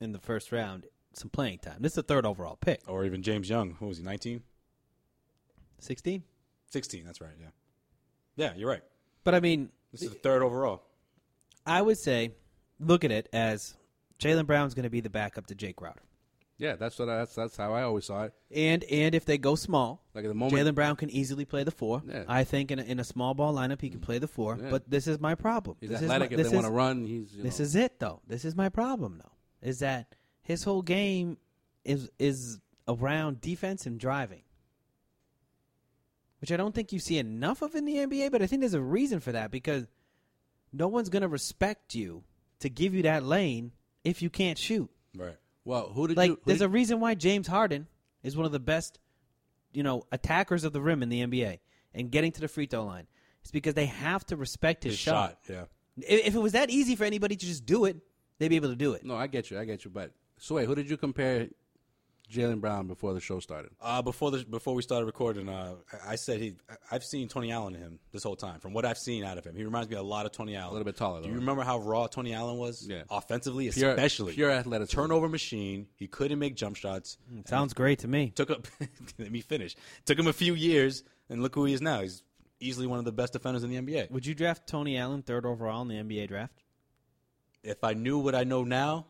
[SPEAKER 1] in the first round some playing time. This is the third overall pick.
[SPEAKER 2] Or even James Young, who was he? 19?
[SPEAKER 1] Sixteen.
[SPEAKER 2] 16, That's right. Yeah, yeah, you're right.
[SPEAKER 1] But I mean,
[SPEAKER 2] This is the third overall.
[SPEAKER 1] I would say look at it as Jalen Brown's going to be the backup to Jake Crowder,
[SPEAKER 3] Yeah, that's what I, that's that's how I always saw it.
[SPEAKER 1] and and if they go small,
[SPEAKER 3] Like at the moment,
[SPEAKER 1] Jalen Brown can easily play the four.
[SPEAKER 3] Yeah.
[SPEAKER 1] I think in a, in a small ball lineup he can play the four.
[SPEAKER 3] Yeah.
[SPEAKER 1] But this is my problem.
[SPEAKER 3] he's
[SPEAKER 1] this
[SPEAKER 3] athletic.
[SPEAKER 1] Is my,
[SPEAKER 3] if
[SPEAKER 1] this
[SPEAKER 3] they want to
[SPEAKER 1] is-
[SPEAKER 3] run, he's you
[SPEAKER 1] This
[SPEAKER 3] know,
[SPEAKER 1] is it though. This is my problem though. Is that his whole game is is around defense and driving. Which I don't think you see enough of in the NBA, but I think there's a reason for that because no one's going to respect you to give you that lane if you can't shoot.
[SPEAKER 2] Right.
[SPEAKER 3] well. Who did
[SPEAKER 1] Like
[SPEAKER 3] you? who
[SPEAKER 1] there's
[SPEAKER 3] did-
[SPEAKER 1] a reason why James Harden is one of the best you know attackers of the rim in the NBA and getting to the free throw line. It's because they have to respect his,
[SPEAKER 2] His
[SPEAKER 1] shot.
[SPEAKER 2] shot. Yeah.
[SPEAKER 1] If, if it was that easy for anybody to just do it, they'd be able to do it.
[SPEAKER 3] no, I get you. I get you. But Sway, who did you compare Jalen Brown before the show started?
[SPEAKER 2] Uh, before the before we started recording, uh, I- I said he. I- I've seen Tony Allen in him this whole time. From what I've seen out of him, he reminds me a lot of Tony Allen.
[SPEAKER 3] A little bit taller,
[SPEAKER 2] Do
[SPEAKER 3] though.
[SPEAKER 2] you remember how raw Tony Allen was?
[SPEAKER 3] Yeah.
[SPEAKER 2] offensively,
[SPEAKER 3] Pure-
[SPEAKER 2] especially
[SPEAKER 3] pure athleticism.
[SPEAKER 2] turnover machine. He couldn't make jump shots.
[SPEAKER 1] Sounds great to me.
[SPEAKER 2] Took up. let me finish. Took him a few years, and look who he is now. He's easily one of the best defenders in the NBA.
[SPEAKER 1] Would you draft Tony Allen third overall in the NBA draft?
[SPEAKER 2] If I knew what I know now,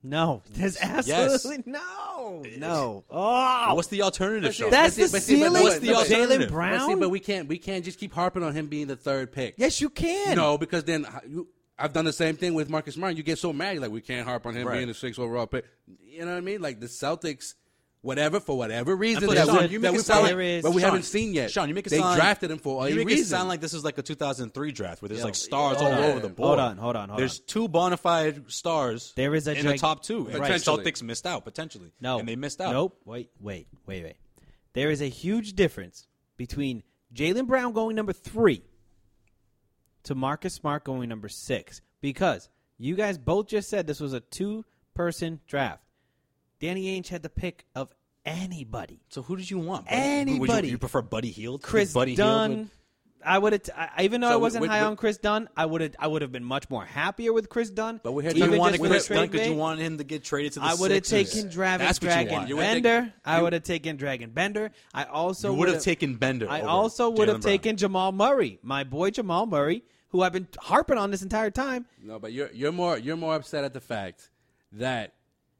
[SPEAKER 1] No, there's absolutely no, no. Oh,
[SPEAKER 2] what's the alternative? Sean?
[SPEAKER 1] that's the
[SPEAKER 3] but see, but
[SPEAKER 1] ceiling
[SPEAKER 3] what's
[SPEAKER 1] with
[SPEAKER 3] the
[SPEAKER 1] Jalen
[SPEAKER 2] alternative?
[SPEAKER 3] But,
[SPEAKER 1] Brown.
[SPEAKER 3] see, but we can't. We can't just keep harping on him being the third pick.
[SPEAKER 1] yes, you can.
[SPEAKER 3] No, because then h- you, I've done the same thing with Marcus Smart. You get so mad, you're like, we can't harp on him
[SPEAKER 2] Right.
[SPEAKER 3] being the sixth overall pick. You know what I mean? Like the Celtics, whatever for whatever reason
[SPEAKER 2] But
[SPEAKER 3] that,
[SPEAKER 2] Sean,
[SPEAKER 3] we,
[SPEAKER 2] you
[SPEAKER 3] that
[SPEAKER 2] make
[SPEAKER 3] we
[SPEAKER 2] it sound
[SPEAKER 3] probably-
[SPEAKER 1] like-
[SPEAKER 3] but we
[SPEAKER 2] Sean,
[SPEAKER 3] haven't seen yet.
[SPEAKER 2] Sean, you make it
[SPEAKER 3] they
[SPEAKER 2] sound
[SPEAKER 3] drafted him for a
[SPEAKER 2] you make
[SPEAKER 3] reason.
[SPEAKER 2] it sound like this is like a 2003 draft where there's like stars
[SPEAKER 3] Hold
[SPEAKER 2] all
[SPEAKER 3] on.
[SPEAKER 2] over the board.
[SPEAKER 1] Oh. Hold on, hold on, hold
[SPEAKER 2] there's two bona fide stars.
[SPEAKER 1] There is a
[SPEAKER 2] in
[SPEAKER 1] gig-
[SPEAKER 2] the top two. And the
[SPEAKER 3] Potentially.
[SPEAKER 2] Celtics missed out potentially.
[SPEAKER 1] no,
[SPEAKER 2] and they missed out.
[SPEAKER 1] Nope. Wait, wait, wait, wait. There is a huge difference between Jalen Brown going number three to Marcus Smart going number six because you guys both just said this was a two-person draft. Danny Ainge had the pick of anybody.
[SPEAKER 2] So who did you want?
[SPEAKER 1] Anybody.
[SPEAKER 2] Would you, you prefer Buddy Heald?
[SPEAKER 1] Chris
[SPEAKER 2] Buddy
[SPEAKER 1] Dunn.
[SPEAKER 2] Hield
[SPEAKER 1] I would have, even though
[SPEAKER 2] So
[SPEAKER 1] I
[SPEAKER 2] we-
[SPEAKER 1] wasn't
[SPEAKER 2] we-
[SPEAKER 1] high
[SPEAKER 2] we-
[SPEAKER 1] on Chris Dunn, I would have, I would have been much more happier with Chris Dunn.
[SPEAKER 3] But we had-
[SPEAKER 2] would,
[SPEAKER 3] You
[SPEAKER 2] you
[SPEAKER 3] even
[SPEAKER 2] wanted
[SPEAKER 1] just
[SPEAKER 3] with
[SPEAKER 2] Chris
[SPEAKER 1] a
[SPEAKER 2] Dunn
[SPEAKER 1] trade
[SPEAKER 2] because you
[SPEAKER 1] bait,
[SPEAKER 2] wanted him to get traded to the
[SPEAKER 1] I would have
[SPEAKER 2] Sixers.
[SPEAKER 1] taken Dragon,
[SPEAKER 2] That's what you
[SPEAKER 1] Dragon
[SPEAKER 2] want. You would've
[SPEAKER 1] Bender.
[SPEAKER 2] taken-
[SPEAKER 1] I
[SPEAKER 2] you-
[SPEAKER 1] would have taken Dragon Bender. I also
[SPEAKER 2] You would have taken Bender.
[SPEAKER 1] I
[SPEAKER 2] over
[SPEAKER 1] also would have
[SPEAKER 2] Jaylen Brown.
[SPEAKER 1] taken Jamal Murray, my boy Jamal Murray, who I've been harping on this entire time.
[SPEAKER 3] No, but you're you're more you're more upset at the fact that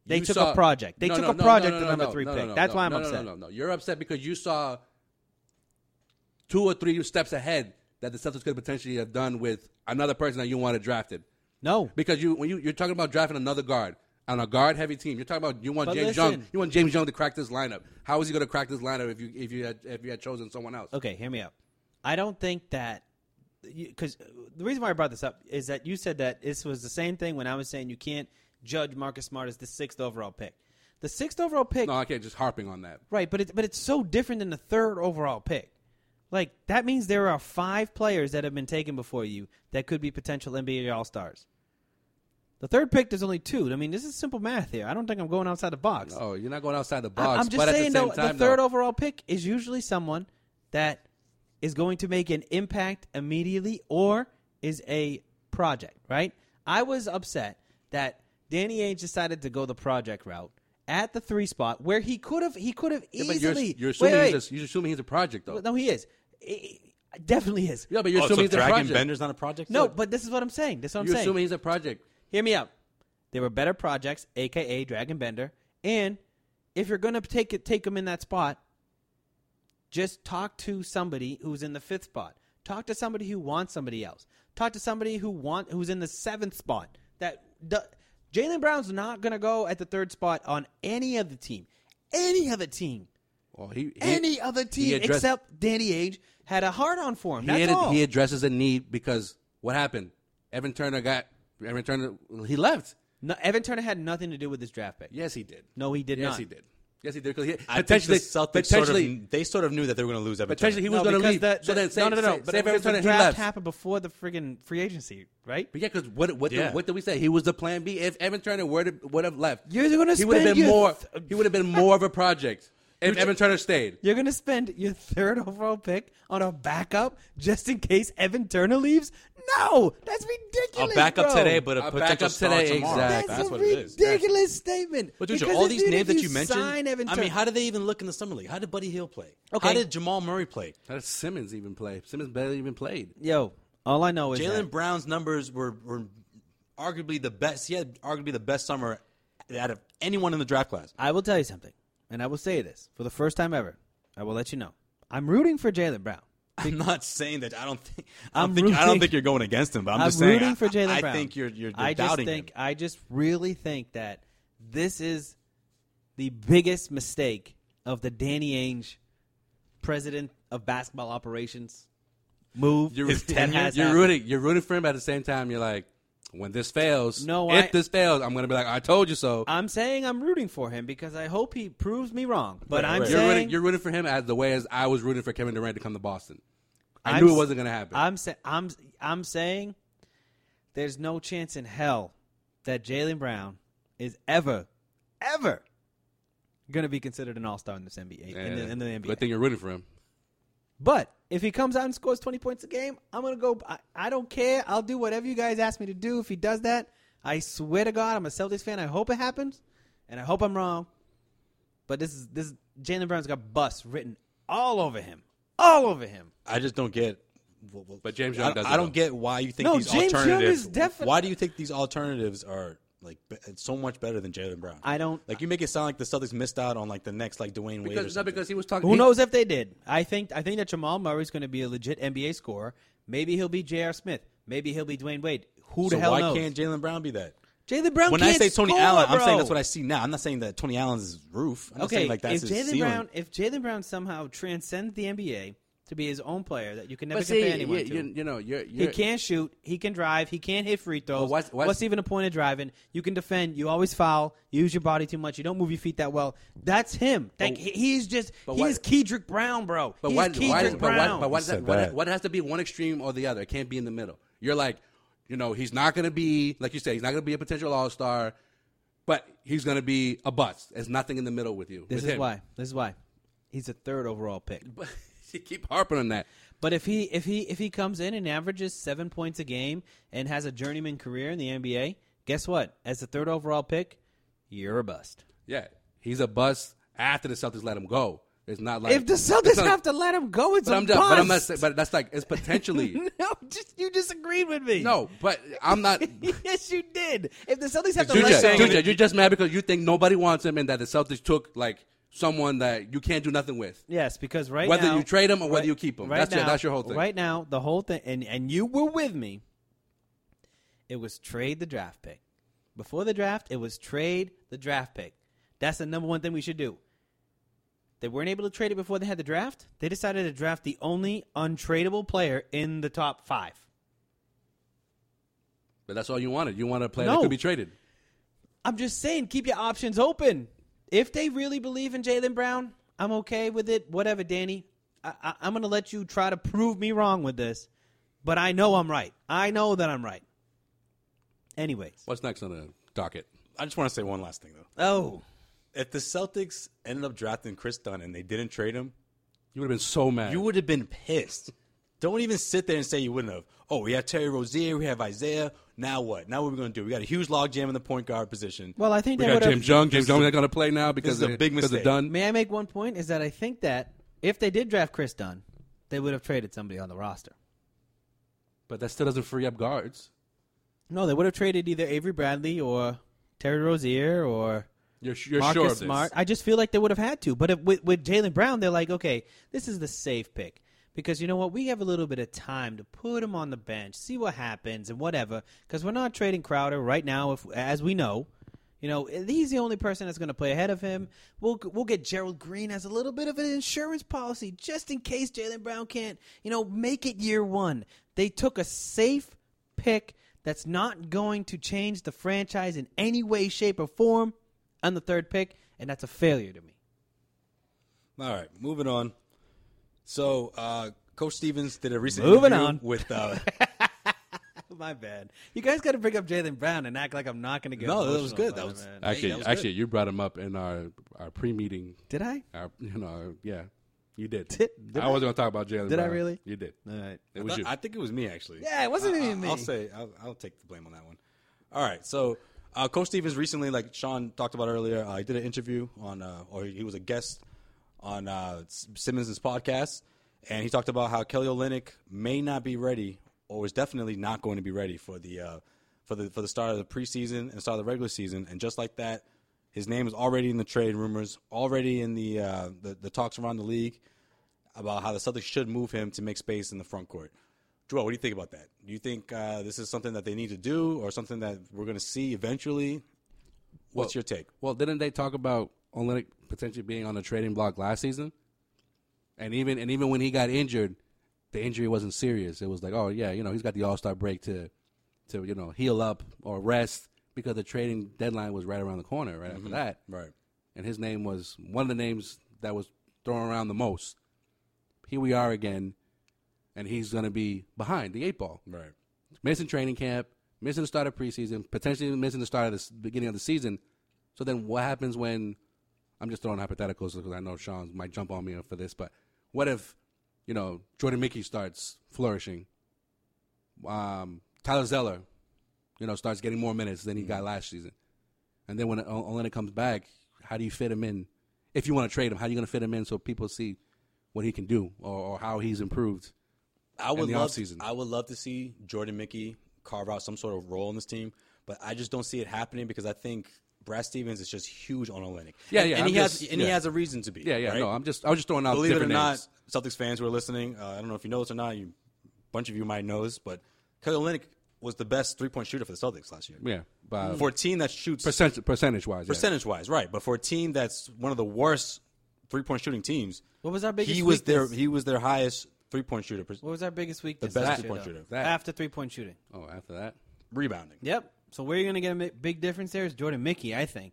[SPEAKER 1] They
[SPEAKER 3] you
[SPEAKER 1] took
[SPEAKER 3] saw-
[SPEAKER 1] a project. They
[SPEAKER 3] No,
[SPEAKER 1] took
[SPEAKER 3] no,
[SPEAKER 1] a
[SPEAKER 3] no,
[SPEAKER 1] project
[SPEAKER 3] no,
[SPEAKER 1] to
[SPEAKER 3] no,
[SPEAKER 1] number
[SPEAKER 3] no,
[SPEAKER 1] three
[SPEAKER 3] no,
[SPEAKER 1] pick.
[SPEAKER 3] no,
[SPEAKER 1] That's
[SPEAKER 3] no,
[SPEAKER 1] why I'm
[SPEAKER 3] no, no,
[SPEAKER 1] upset.
[SPEAKER 3] No, no, no, you're upset because you saw two or three steps ahead that the Celtics could potentially have done with another person that you wanted drafted.
[SPEAKER 1] No.
[SPEAKER 3] Because you when you you're talking about drafting another guard on a guard heavy team, you're talking about you want
[SPEAKER 1] But
[SPEAKER 3] James
[SPEAKER 1] listen.
[SPEAKER 3] Young, you want James Young to crack this lineup. How is he going to crack this lineup if you if you had if you had chosen someone else?
[SPEAKER 1] Okay, hear me out. I don't think that because the reason why I brought this up is that you said that this was the same thing when I was saying you can't judge Marcus Smart as the sixth overall pick. The sixth overall pick,
[SPEAKER 3] No, I can't just harping on that.
[SPEAKER 1] right? But it, but it's so different than the third overall pick. Like that means there are five players that have been taken before you that could be potential NBA All Stars. The third pick, there's only two. I mean, this is simple math here. I don't think I'm going outside the box.
[SPEAKER 3] Oh, you're not going outside the
[SPEAKER 1] I-
[SPEAKER 3] box.
[SPEAKER 1] I'm just
[SPEAKER 3] but
[SPEAKER 1] saying,
[SPEAKER 3] at the
[SPEAKER 1] though,
[SPEAKER 3] same time,
[SPEAKER 1] the third
[SPEAKER 3] though,
[SPEAKER 1] overall pick is usually someone that is going to make an impact immediately or is a project, right? I was upset that Danny Ainge decided to go the project route at the three spot where he could have he could have
[SPEAKER 3] Yeah,
[SPEAKER 1] easily
[SPEAKER 3] but you're, you're
[SPEAKER 1] Wait,
[SPEAKER 3] assuming
[SPEAKER 1] wait,
[SPEAKER 3] He's a, you're assuming he's a project though.
[SPEAKER 1] no he is It- it definitely is
[SPEAKER 3] Yeah, but
[SPEAKER 2] Oh,
[SPEAKER 3] you're
[SPEAKER 2] so
[SPEAKER 3] assuming he's a
[SPEAKER 2] Dragon
[SPEAKER 3] project.
[SPEAKER 2] Bender's not a project.
[SPEAKER 1] no
[SPEAKER 2] So-
[SPEAKER 1] but this is what I'm saying this is what I'm
[SPEAKER 3] you're
[SPEAKER 1] saying
[SPEAKER 3] assuming he's a project.
[SPEAKER 1] hear me out They were better projects, aka Dragon Bender. And if you're gonna take it, take him in that spot. Just talk to somebody who's in the fifth spot. Talk to somebody who wants somebody else. Talk to somebody who want who's in the seventh spot. That do, Jalen Brown's not gonna go at the third spot on any other team. Any other team.
[SPEAKER 3] Well, he, he-
[SPEAKER 1] Any other
[SPEAKER 3] he
[SPEAKER 1] team
[SPEAKER 3] addressed-
[SPEAKER 1] except Danny Age had a hard on for him.
[SPEAKER 3] he,
[SPEAKER 1] That's
[SPEAKER 3] had-
[SPEAKER 1] all.
[SPEAKER 3] he addresses a need because what happened? Evan Turner got Evan Turner. He left.
[SPEAKER 1] No, Evan Turner had nothing to do with this draft pick.
[SPEAKER 3] Yes, he did.
[SPEAKER 1] No, he did
[SPEAKER 3] yes,
[SPEAKER 1] not.
[SPEAKER 3] he did. Yes, he did. Because he
[SPEAKER 2] I think the
[SPEAKER 3] potentially,
[SPEAKER 2] Celtics
[SPEAKER 3] potentially,
[SPEAKER 2] sort of, they sort of knew that they were going to lose Evan
[SPEAKER 3] potentially he
[SPEAKER 2] Turner.
[SPEAKER 3] was
[SPEAKER 1] No,
[SPEAKER 3] going to
[SPEAKER 1] because
[SPEAKER 3] leave.
[SPEAKER 1] the-
[SPEAKER 3] so
[SPEAKER 1] the-
[SPEAKER 3] then say,
[SPEAKER 1] no, no, no,
[SPEAKER 3] say-
[SPEAKER 1] But
[SPEAKER 3] say Evan
[SPEAKER 1] because the
[SPEAKER 3] Turner, he
[SPEAKER 1] draft
[SPEAKER 3] left.
[SPEAKER 1] happened before the friggin' free agency, right?
[SPEAKER 3] But yeah, because what what
[SPEAKER 2] Yeah.
[SPEAKER 3] The, what did we say? He was the plan B. If Evan Turner were to, would have left,
[SPEAKER 1] You're gonna
[SPEAKER 3] he would have
[SPEAKER 1] spend
[SPEAKER 3] been
[SPEAKER 1] your-
[SPEAKER 3] more. He would have been more of a project if Evan Turner stayed.
[SPEAKER 1] You're gonna spend your third overall pick on a backup just in case Evan Turner leaves? No, that's ridiculous.
[SPEAKER 2] a backup
[SPEAKER 1] bro.
[SPEAKER 2] today, but a,
[SPEAKER 3] A
[SPEAKER 2] potential
[SPEAKER 3] backup
[SPEAKER 2] star
[SPEAKER 3] today,
[SPEAKER 2] tomorrow.
[SPEAKER 3] exactly.
[SPEAKER 1] that's,
[SPEAKER 2] That's,
[SPEAKER 1] a
[SPEAKER 2] what it is.
[SPEAKER 1] ridiculous statement.
[SPEAKER 2] But dude,
[SPEAKER 1] Because
[SPEAKER 2] all
[SPEAKER 1] if
[SPEAKER 2] these
[SPEAKER 1] you-
[SPEAKER 2] names
[SPEAKER 1] if
[SPEAKER 2] that you mentioned,
[SPEAKER 1] sign Evan
[SPEAKER 2] I
[SPEAKER 1] Turner,
[SPEAKER 2] mean, how did they even look in the summer league? How did Buddy Hill play?
[SPEAKER 1] Okay.
[SPEAKER 2] How did Jamal Murray play?
[SPEAKER 3] How did Simmons even play? Simmons barely even played.
[SPEAKER 1] yo, all I know is
[SPEAKER 2] Jalen
[SPEAKER 1] that
[SPEAKER 2] Brown's numbers were, were arguably the best. He had arguably the best summer out of anyone in the draft class.
[SPEAKER 1] I will tell you something, and I will say this for the first time ever. I will let you know. I'm rooting for Jalen Brown.
[SPEAKER 2] I'm not saying that I don't think I don't
[SPEAKER 1] I'm
[SPEAKER 2] think I don't
[SPEAKER 1] rooting-
[SPEAKER 2] think you're going against him, but I'm,
[SPEAKER 1] I'm,
[SPEAKER 2] just saying
[SPEAKER 1] rooting
[SPEAKER 2] I-
[SPEAKER 1] for Jalen
[SPEAKER 2] I,
[SPEAKER 1] Brown.
[SPEAKER 2] think you're you're, you're
[SPEAKER 1] I just
[SPEAKER 2] doubting
[SPEAKER 1] think
[SPEAKER 2] him.
[SPEAKER 1] I just really think that this is the biggest mistake of the Danny Ainge, president of basketball operations, move.
[SPEAKER 3] You're,
[SPEAKER 1] his
[SPEAKER 3] and you're,
[SPEAKER 1] tenure.
[SPEAKER 3] you're rooting. You're rooting for him. At the same time, you're like, when this fails,
[SPEAKER 1] No,
[SPEAKER 3] if
[SPEAKER 1] I-
[SPEAKER 3] this fails, I'm going to be like, I told you so.
[SPEAKER 1] I'm saying I'm rooting for him because I hope he proves me wrong. But
[SPEAKER 2] Right,
[SPEAKER 1] I'm
[SPEAKER 2] right.
[SPEAKER 3] you're
[SPEAKER 1] saying
[SPEAKER 3] rooting. You're rooting for him as the way as I was rooting for Kevin Durant to come to Boston. I
[SPEAKER 1] I'm
[SPEAKER 3] knew it
[SPEAKER 1] s-
[SPEAKER 3] wasn't going to happen.
[SPEAKER 1] I'm saying I'm I'm saying there's no chance in hell that Jalen Brown is ever ever going to be considered an All Star in this NBA in, the, in the NBA.
[SPEAKER 3] Good thing you're rooting for him.
[SPEAKER 1] But if he comes out and scores 20 points a game, I'm going to go. I, I don't care. I'll do whatever you guys ask me to do. If he does that, I swear to God, I'm a Celtics fan. I hope it happens, and I hope I'm wrong. But this is this Jalen Brown's got bus written all over him, all over him.
[SPEAKER 2] I just don't get. well, well,
[SPEAKER 3] But James
[SPEAKER 2] I-
[SPEAKER 3] Young doesn't,
[SPEAKER 2] I don't
[SPEAKER 3] though.
[SPEAKER 2] get why you think
[SPEAKER 1] No,
[SPEAKER 2] these
[SPEAKER 1] James Young
[SPEAKER 2] alternatives.
[SPEAKER 1] is defi-
[SPEAKER 2] why do you think these alternatives are like be- so much better than Jalen Brown?
[SPEAKER 1] I don't-
[SPEAKER 2] like. You make it sound like the Celtics missed out on like the next like Dwayne Wade or
[SPEAKER 3] Because, no,
[SPEAKER 2] something.
[SPEAKER 3] because he was talking.
[SPEAKER 1] Who
[SPEAKER 3] he-
[SPEAKER 1] knows if they did? I think I think that Jamal Murray's going to be a legit NBA scorer. Maybe he'll be J.R. Smith. Maybe he'll be Dwayne Wade. Who
[SPEAKER 2] so
[SPEAKER 1] the hell
[SPEAKER 2] why
[SPEAKER 1] knows?
[SPEAKER 2] can't Jalen Brown be that?
[SPEAKER 1] Jalen Brown?
[SPEAKER 2] when I
[SPEAKER 1] can't
[SPEAKER 2] say Tony
[SPEAKER 1] score,
[SPEAKER 2] Allen, I'm
[SPEAKER 1] bro.
[SPEAKER 2] saying that's what I see now. I'm not saying that Tony Allen's roof. I'm not
[SPEAKER 1] okay,
[SPEAKER 2] saying like that's
[SPEAKER 1] if
[SPEAKER 2] his
[SPEAKER 1] Jalen
[SPEAKER 2] ceiling.
[SPEAKER 1] Brown, if Jalen Brown somehow transcends the NBA to be his own player that you can never
[SPEAKER 3] But
[SPEAKER 1] compare
[SPEAKER 3] see, you,
[SPEAKER 1] anyone to,
[SPEAKER 3] you, you know, you're,
[SPEAKER 1] he
[SPEAKER 3] you're,
[SPEAKER 1] can't shoot, he can drive, he can't hit free throws.
[SPEAKER 3] Well, what's-
[SPEAKER 1] what's,
[SPEAKER 3] what's-
[SPEAKER 1] even the point of driving? You can defend. You always foul. You use your body too much. You don't move your feet that well. That's him. Like he he's just
[SPEAKER 3] but
[SPEAKER 1] he's
[SPEAKER 3] what-
[SPEAKER 1] Kedrick Brown, bro.
[SPEAKER 3] But
[SPEAKER 1] he's
[SPEAKER 3] why,
[SPEAKER 1] Kedrick
[SPEAKER 3] why, but why,
[SPEAKER 1] Brown.
[SPEAKER 3] but why,
[SPEAKER 2] You
[SPEAKER 3] does that,
[SPEAKER 2] said
[SPEAKER 3] why,
[SPEAKER 2] that.
[SPEAKER 3] why does it has to be one extreme or the other? It can't be in the middle. You're like, you know, he's not going to be, like you said, he's not going to be a potential all star, but he's going to be a bust. There's nothing in the middle with you.
[SPEAKER 1] This
[SPEAKER 3] with
[SPEAKER 1] is
[SPEAKER 3] him.
[SPEAKER 1] why. This is why. He's a third overall pick.
[SPEAKER 3] But you keep harping on that.
[SPEAKER 1] But if he if he if he comes in and averages seven points a game and has a journeyman career in the NBA, guess what? As the third overall pick, you're a bust.
[SPEAKER 3] Yeah. He's a bust after the Celtics let him go. It's not like.
[SPEAKER 1] if the
[SPEAKER 3] it's
[SPEAKER 1] Celtics
[SPEAKER 3] not-
[SPEAKER 1] have to let him go, it's
[SPEAKER 3] But
[SPEAKER 1] a
[SPEAKER 3] I'm, just, but I'm
[SPEAKER 1] bust.
[SPEAKER 3] not saying, but that's like, it's potentially.
[SPEAKER 1] no, just you disagreed with me.
[SPEAKER 3] no, but I'm not.
[SPEAKER 1] yes, you did. If the Celtics have to
[SPEAKER 3] Dude, you're,
[SPEAKER 1] let go,
[SPEAKER 2] saying-
[SPEAKER 3] dude, you're just mad because you think nobody wants him and that the Celtics took like someone that you can't do nothing with.
[SPEAKER 1] yes, because right
[SPEAKER 3] Whether
[SPEAKER 1] now-
[SPEAKER 3] you trade him or whether
[SPEAKER 1] right-
[SPEAKER 3] you keep him.
[SPEAKER 1] right
[SPEAKER 3] That's your-
[SPEAKER 1] now-
[SPEAKER 3] that's your whole thing.
[SPEAKER 1] Right now, the whole thing, and and you were with me. It was trade the draft pick. Before the draft, it was trade the draft pick. That's the number one thing we should do. They weren't able to trade it before they had the draft. They decided to draft the only untradeable player in the top five.
[SPEAKER 3] But that's all you wanted. You wanted a player that
[SPEAKER 1] No.
[SPEAKER 3] could be traded.
[SPEAKER 1] I'm just saying, keep your options open. If they really believe in Jalen Brown, I'm okay with it. Whatever, Danny. I, I, I'm going to let you try to prove me wrong with this, but I know I'm right. I know that I'm right. Anyways.
[SPEAKER 3] What's next on the docket?
[SPEAKER 2] I just want to say one last thing though.
[SPEAKER 1] Oh.
[SPEAKER 2] If the Celtics ended up drafting Chris Dunn and they didn't trade him,
[SPEAKER 3] You would have been so mad.
[SPEAKER 2] you would have been pissed. Don't even sit there and say you wouldn't have. Oh, we have Terry Rozier, we have Isaiah. Now what? Now what are we going to do? We got a huge logjam in the point guard position.
[SPEAKER 1] Well, I think
[SPEAKER 3] we
[SPEAKER 1] they
[SPEAKER 3] got
[SPEAKER 1] would
[SPEAKER 3] James
[SPEAKER 1] have.
[SPEAKER 3] Young. James Young not going to play now because
[SPEAKER 2] is a
[SPEAKER 3] of-
[SPEAKER 2] big
[SPEAKER 3] because of
[SPEAKER 2] mistake.
[SPEAKER 3] Dunn.
[SPEAKER 1] May I make one point? Is that I think that if they did draft Chris Dunn, they would have traded somebody on the roster.
[SPEAKER 3] But that still doesn't free up guards.
[SPEAKER 1] No, they would have traded either Avery Bradley or Terry Rozier or
[SPEAKER 3] You're, sh- you're
[SPEAKER 1] Marcus
[SPEAKER 3] sure of this.
[SPEAKER 1] Smart. I just feel like they would have had to. But if, with, with Jalen Brown, they're like, okay, this is the safe pick. Because you know what? We have a little bit of time to put him on the bench, see what happens, and whatever. Because we're not trading Crowder right now, if as we know. You know, he's the only person that's going to play ahead of him. We'll we'll get Gerald Green as a little bit of an insurance policy just in case Jalen Brown can't, you know, make it year one. They took a safe pick that's not going to change the franchise in any way, shape, or form on the third pick, and that's a failure to me.
[SPEAKER 2] All right, moving on. So, uh, Coach Stevens did a recent
[SPEAKER 1] Moving
[SPEAKER 2] interview
[SPEAKER 1] on.
[SPEAKER 2] with. Uh,
[SPEAKER 1] My bad. You guys got to bring up Jalen Brown and act like I'm not going to get.
[SPEAKER 2] No, that
[SPEAKER 1] emotional
[SPEAKER 2] was good.
[SPEAKER 1] about
[SPEAKER 2] That
[SPEAKER 1] it,
[SPEAKER 2] was-
[SPEAKER 1] man.
[SPEAKER 3] Actually,
[SPEAKER 2] that was good.
[SPEAKER 3] actually, you brought him up in our our pre-meeting.
[SPEAKER 1] Did I?
[SPEAKER 3] Our, you know, our- yeah, you did.
[SPEAKER 1] Did- did
[SPEAKER 3] I,
[SPEAKER 1] I?
[SPEAKER 3] wasn't gonna talk about Jalen.
[SPEAKER 1] Did I
[SPEAKER 3] Brown.
[SPEAKER 1] really?
[SPEAKER 3] You did.
[SPEAKER 1] All right.
[SPEAKER 3] It was you.
[SPEAKER 2] I think it was me actually.
[SPEAKER 1] Yeah, it wasn't
[SPEAKER 2] I-
[SPEAKER 1] even me.
[SPEAKER 2] I'll say I'll, I'll take the blame on that one. All right, so uh, Coach Stevens recently, like Sean talked about earlier, uh, he did an interview on, uh, or he was a guest on uh, S- Simmons' podcast, and he talked about how Kelly Olynyk may not be ready, or is definitely not going to be ready for the uh, for the for the start of the preseason and start of the regular season, and just like that, his name is already in the trade rumors, already in the uh, the, the talks around the league about how the Celtics should move him to make space in the front court. Joel, what do you think about that? Do you think uh, this is something that they need to do, or something that we're going to see eventually? What's your take?
[SPEAKER 3] Well, didn't they talk about Olenek potentially being on the trading block last season? And even and even when he got injured, the injury wasn't serious. It was like, oh yeah, you know, he's got the All Star break to to you know heal up or rest because the trading deadline was right around the corner. Right after that,
[SPEAKER 2] Right.
[SPEAKER 3] and his name was one of the names that was thrown around the most. Here we are again, and he's going to be behind the eight ball
[SPEAKER 2] Right.
[SPEAKER 3] missing training camp, missing the start of preseason, potentially missing the start of the s- beginning of the season. So then, what happens when? I'm just throwing hypotheticals because I know Sean might jump on me for this, but what if, you know, Jordan Mickey starts flourishing, um, Tyler Zeller, you know, starts getting more minutes than he got last season, and then when O- Olenek comes back, how do you fit him in? If you want to trade him, how are you going to fit him in so people see what he can do or, or how he's improved?
[SPEAKER 2] I would
[SPEAKER 3] the
[SPEAKER 2] love.
[SPEAKER 3] offseason.
[SPEAKER 2] I would love to see Jordan Mickey carve out some sort of role in this team, but I just don't see it happening because I think Brad Stevens is just huge on Olenek.
[SPEAKER 3] Yeah,
[SPEAKER 2] and,
[SPEAKER 3] yeah,
[SPEAKER 2] And
[SPEAKER 3] I'm
[SPEAKER 2] he has,
[SPEAKER 3] just-
[SPEAKER 2] and he
[SPEAKER 3] yeah.
[SPEAKER 2] has a reason to be.
[SPEAKER 3] Yeah, yeah.
[SPEAKER 2] right?
[SPEAKER 3] No, I'm just I was just throwing out
[SPEAKER 2] Believe it or
[SPEAKER 3] different
[SPEAKER 2] not,
[SPEAKER 3] names.
[SPEAKER 2] Celtics fans who are listening, uh, I don't know if you know this or not. You, a bunch of you might know this, but Kelly Olynyk was the best three point shooter for the Celtics last year.
[SPEAKER 3] Yeah, by
[SPEAKER 2] For a team that shoots
[SPEAKER 3] percentage percentage wise.
[SPEAKER 2] percentage wise, right? But for a team that's one of the worst three point shooting teams,
[SPEAKER 1] What was our biggest
[SPEAKER 2] He was their
[SPEAKER 1] weakness?
[SPEAKER 2] he was their highest three point shooter per-
[SPEAKER 1] What was our biggest weakness?
[SPEAKER 2] best
[SPEAKER 1] last year,
[SPEAKER 2] three-point
[SPEAKER 1] though?
[SPEAKER 2] shooter.
[SPEAKER 3] That.
[SPEAKER 1] After three point shooting.
[SPEAKER 3] Oh, after that,
[SPEAKER 2] rebounding.
[SPEAKER 1] Yep. So where you're going to get a mi- big difference there is Jordan Mickey, I think.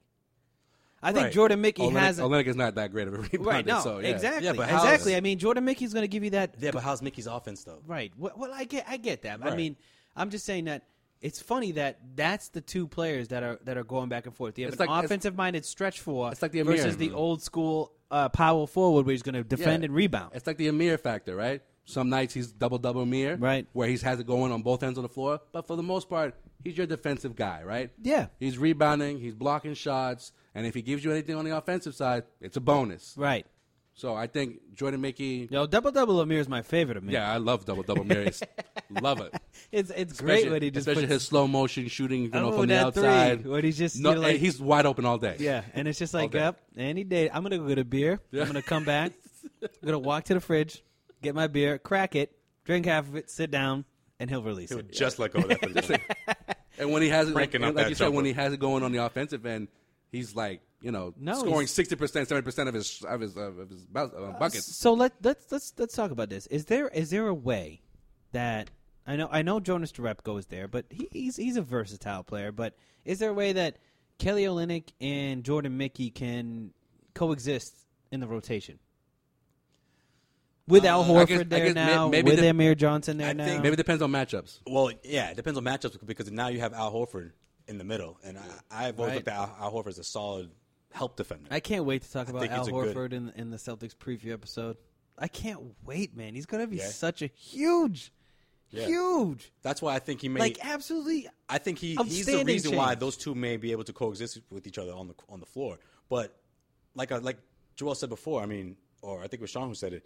[SPEAKER 1] I think
[SPEAKER 2] Right. Oh,
[SPEAKER 1] Jordan Mickey
[SPEAKER 3] Oh, Olenek,
[SPEAKER 1] has
[SPEAKER 3] Olenek is not that great of a rebounder.
[SPEAKER 1] right. No,
[SPEAKER 3] so, yeah.
[SPEAKER 1] exactly,
[SPEAKER 2] Yeah, but how's-
[SPEAKER 1] exactly. I mean, Jordan Mickey's going to give you that
[SPEAKER 2] Yeah, but how's Mickey's offense though?
[SPEAKER 1] Right. Well, well, I get I get that. I
[SPEAKER 2] Right.
[SPEAKER 1] mean, I'm just saying that it's funny that that's the two players that are that are going back and forth. You have
[SPEAKER 3] It's
[SPEAKER 1] an
[SPEAKER 3] like- it's-
[SPEAKER 1] offensive minded stretch four
[SPEAKER 3] It's like the Amir.
[SPEAKER 1] versus the old school uh, power forward where he's going to
[SPEAKER 3] Yeah.
[SPEAKER 1] defend and rebound.
[SPEAKER 3] It's like the Amir factor, right? Some nights he's double double Amir,
[SPEAKER 1] Right.
[SPEAKER 3] Where he's has it going on both ends of the floor, but for the most part, he's your defensive guy, right?
[SPEAKER 1] Yeah.
[SPEAKER 3] He's rebounding, he's blocking shots, and if he gives you anything on the offensive side, it's a bonus.
[SPEAKER 1] Right.
[SPEAKER 3] So I think Jordan Mickey.
[SPEAKER 1] Yo, double double Amir is my favorite of me.
[SPEAKER 3] Yeah, I love double double Amir. It's- love it.
[SPEAKER 1] It's it's great
[SPEAKER 3] Especially-
[SPEAKER 1] what he just
[SPEAKER 3] especially
[SPEAKER 1] puts-
[SPEAKER 3] his slow motion shooting, you know,
[SPEAKER 1] Oh,
[SPEAKER 3] from the
[SPEAKER 1] that three,
[SPEAKER 3] outside.
[SPEAKER 1] what he's just,
[SPEAKER 3] no,
[SPEAKER 1] you know, like-
[SPEAKER 3] hey, he's wide open all day.
[SPEAKER 1] Yeah, and it's just like,
[SPEAKER 3] day.
[SPEAKER 1] yep, any day. I'm gonna go get a beer. I'm gonna come back. I'm gonna walk to the fridge, get my beer, crack it, drink half of it, sit down, and he'll release it.
[SPEAKER 2] Just let go of that. three-point shooter.
[SPEAKER 3] And when he has it, like,
[SPEAKER 2] Cranking up
[SPEAKER 3] like
[SPEAKER 2] that
[SPEAKER 3] you said, when
[SPEAKER 2] jumper.
[SPEAKER 3] he has it going on the offensive end, he's like, you know,
[SPEAKER 1] No,
[SPEAKER 3] scoring
[SPEAKER 1] he's-
[SPEAKER 3] sixty percent, seventy percent of his of his of his bu- uh, buckets.
[SPEAKER 1] So let let's let's let's talk about this. Is there is there a way that I know I know Jonas Derepko is there, but he, he's he's a versatile player. But is there a way that Kelly Olynyk and Jordan Mickey can coexist in the rotation? With
[SPEAKER 2] Uh,
[SPEAKER 1] Al
[SPEAKER 3] I
[SPEAKER 1] Horford
[SPEAKER 3] guess- I
[SPEAKER 1] there
[SPEAKER 3] guess may-
[SPEAKER 1] now,
[SPEAKER 3] maybe
[SPEAKER 1] with
[SPEAKER 3] the-
[SPEAKER 1] Amir Johnson there
[SPEAKER 2] I
[SPEAKER 1] now,
[SPEAKER 2] think
[SPEAKER 3] Maybe it depends on matchups.
[SPEAKER 2] well, yeah, it depends on matchups because now you have Al Horford in the middle, and I, I've always
[SPEAKER 1] Right.
[SPEAKER 2] looked at Al, Al Horford as a solid help defender.
[SPEAKER 1] I can't wait to talk about
[SPEAKER 2] think
[SPEAKER 1] Al
[SPEAKER 2] he's a good-
[SPEAKER 1] Horford in, in the Celtics preview episode. I can't wait, man. He's gonna be
[SPEAKER 2] Yeah.
[SPEAKER 1] such a huge,
[SPEAKER 2] Yeah.
[SPEAKER 1] huge,
[SPEAKER 2] That's why I think he may.
[SPEAKER 1] like absolutely.
[SPEAKER 2] I think he, he's the
[SPEAKER 1] Outstanding
[SPEAKER 2] reason why
[SPEAKER 1] change.
[SPEAKER 2] those two may be able to coexist with each other on the on the uh, floor. But like I, like Joel said before, I mean, or I think it was Sean who said it.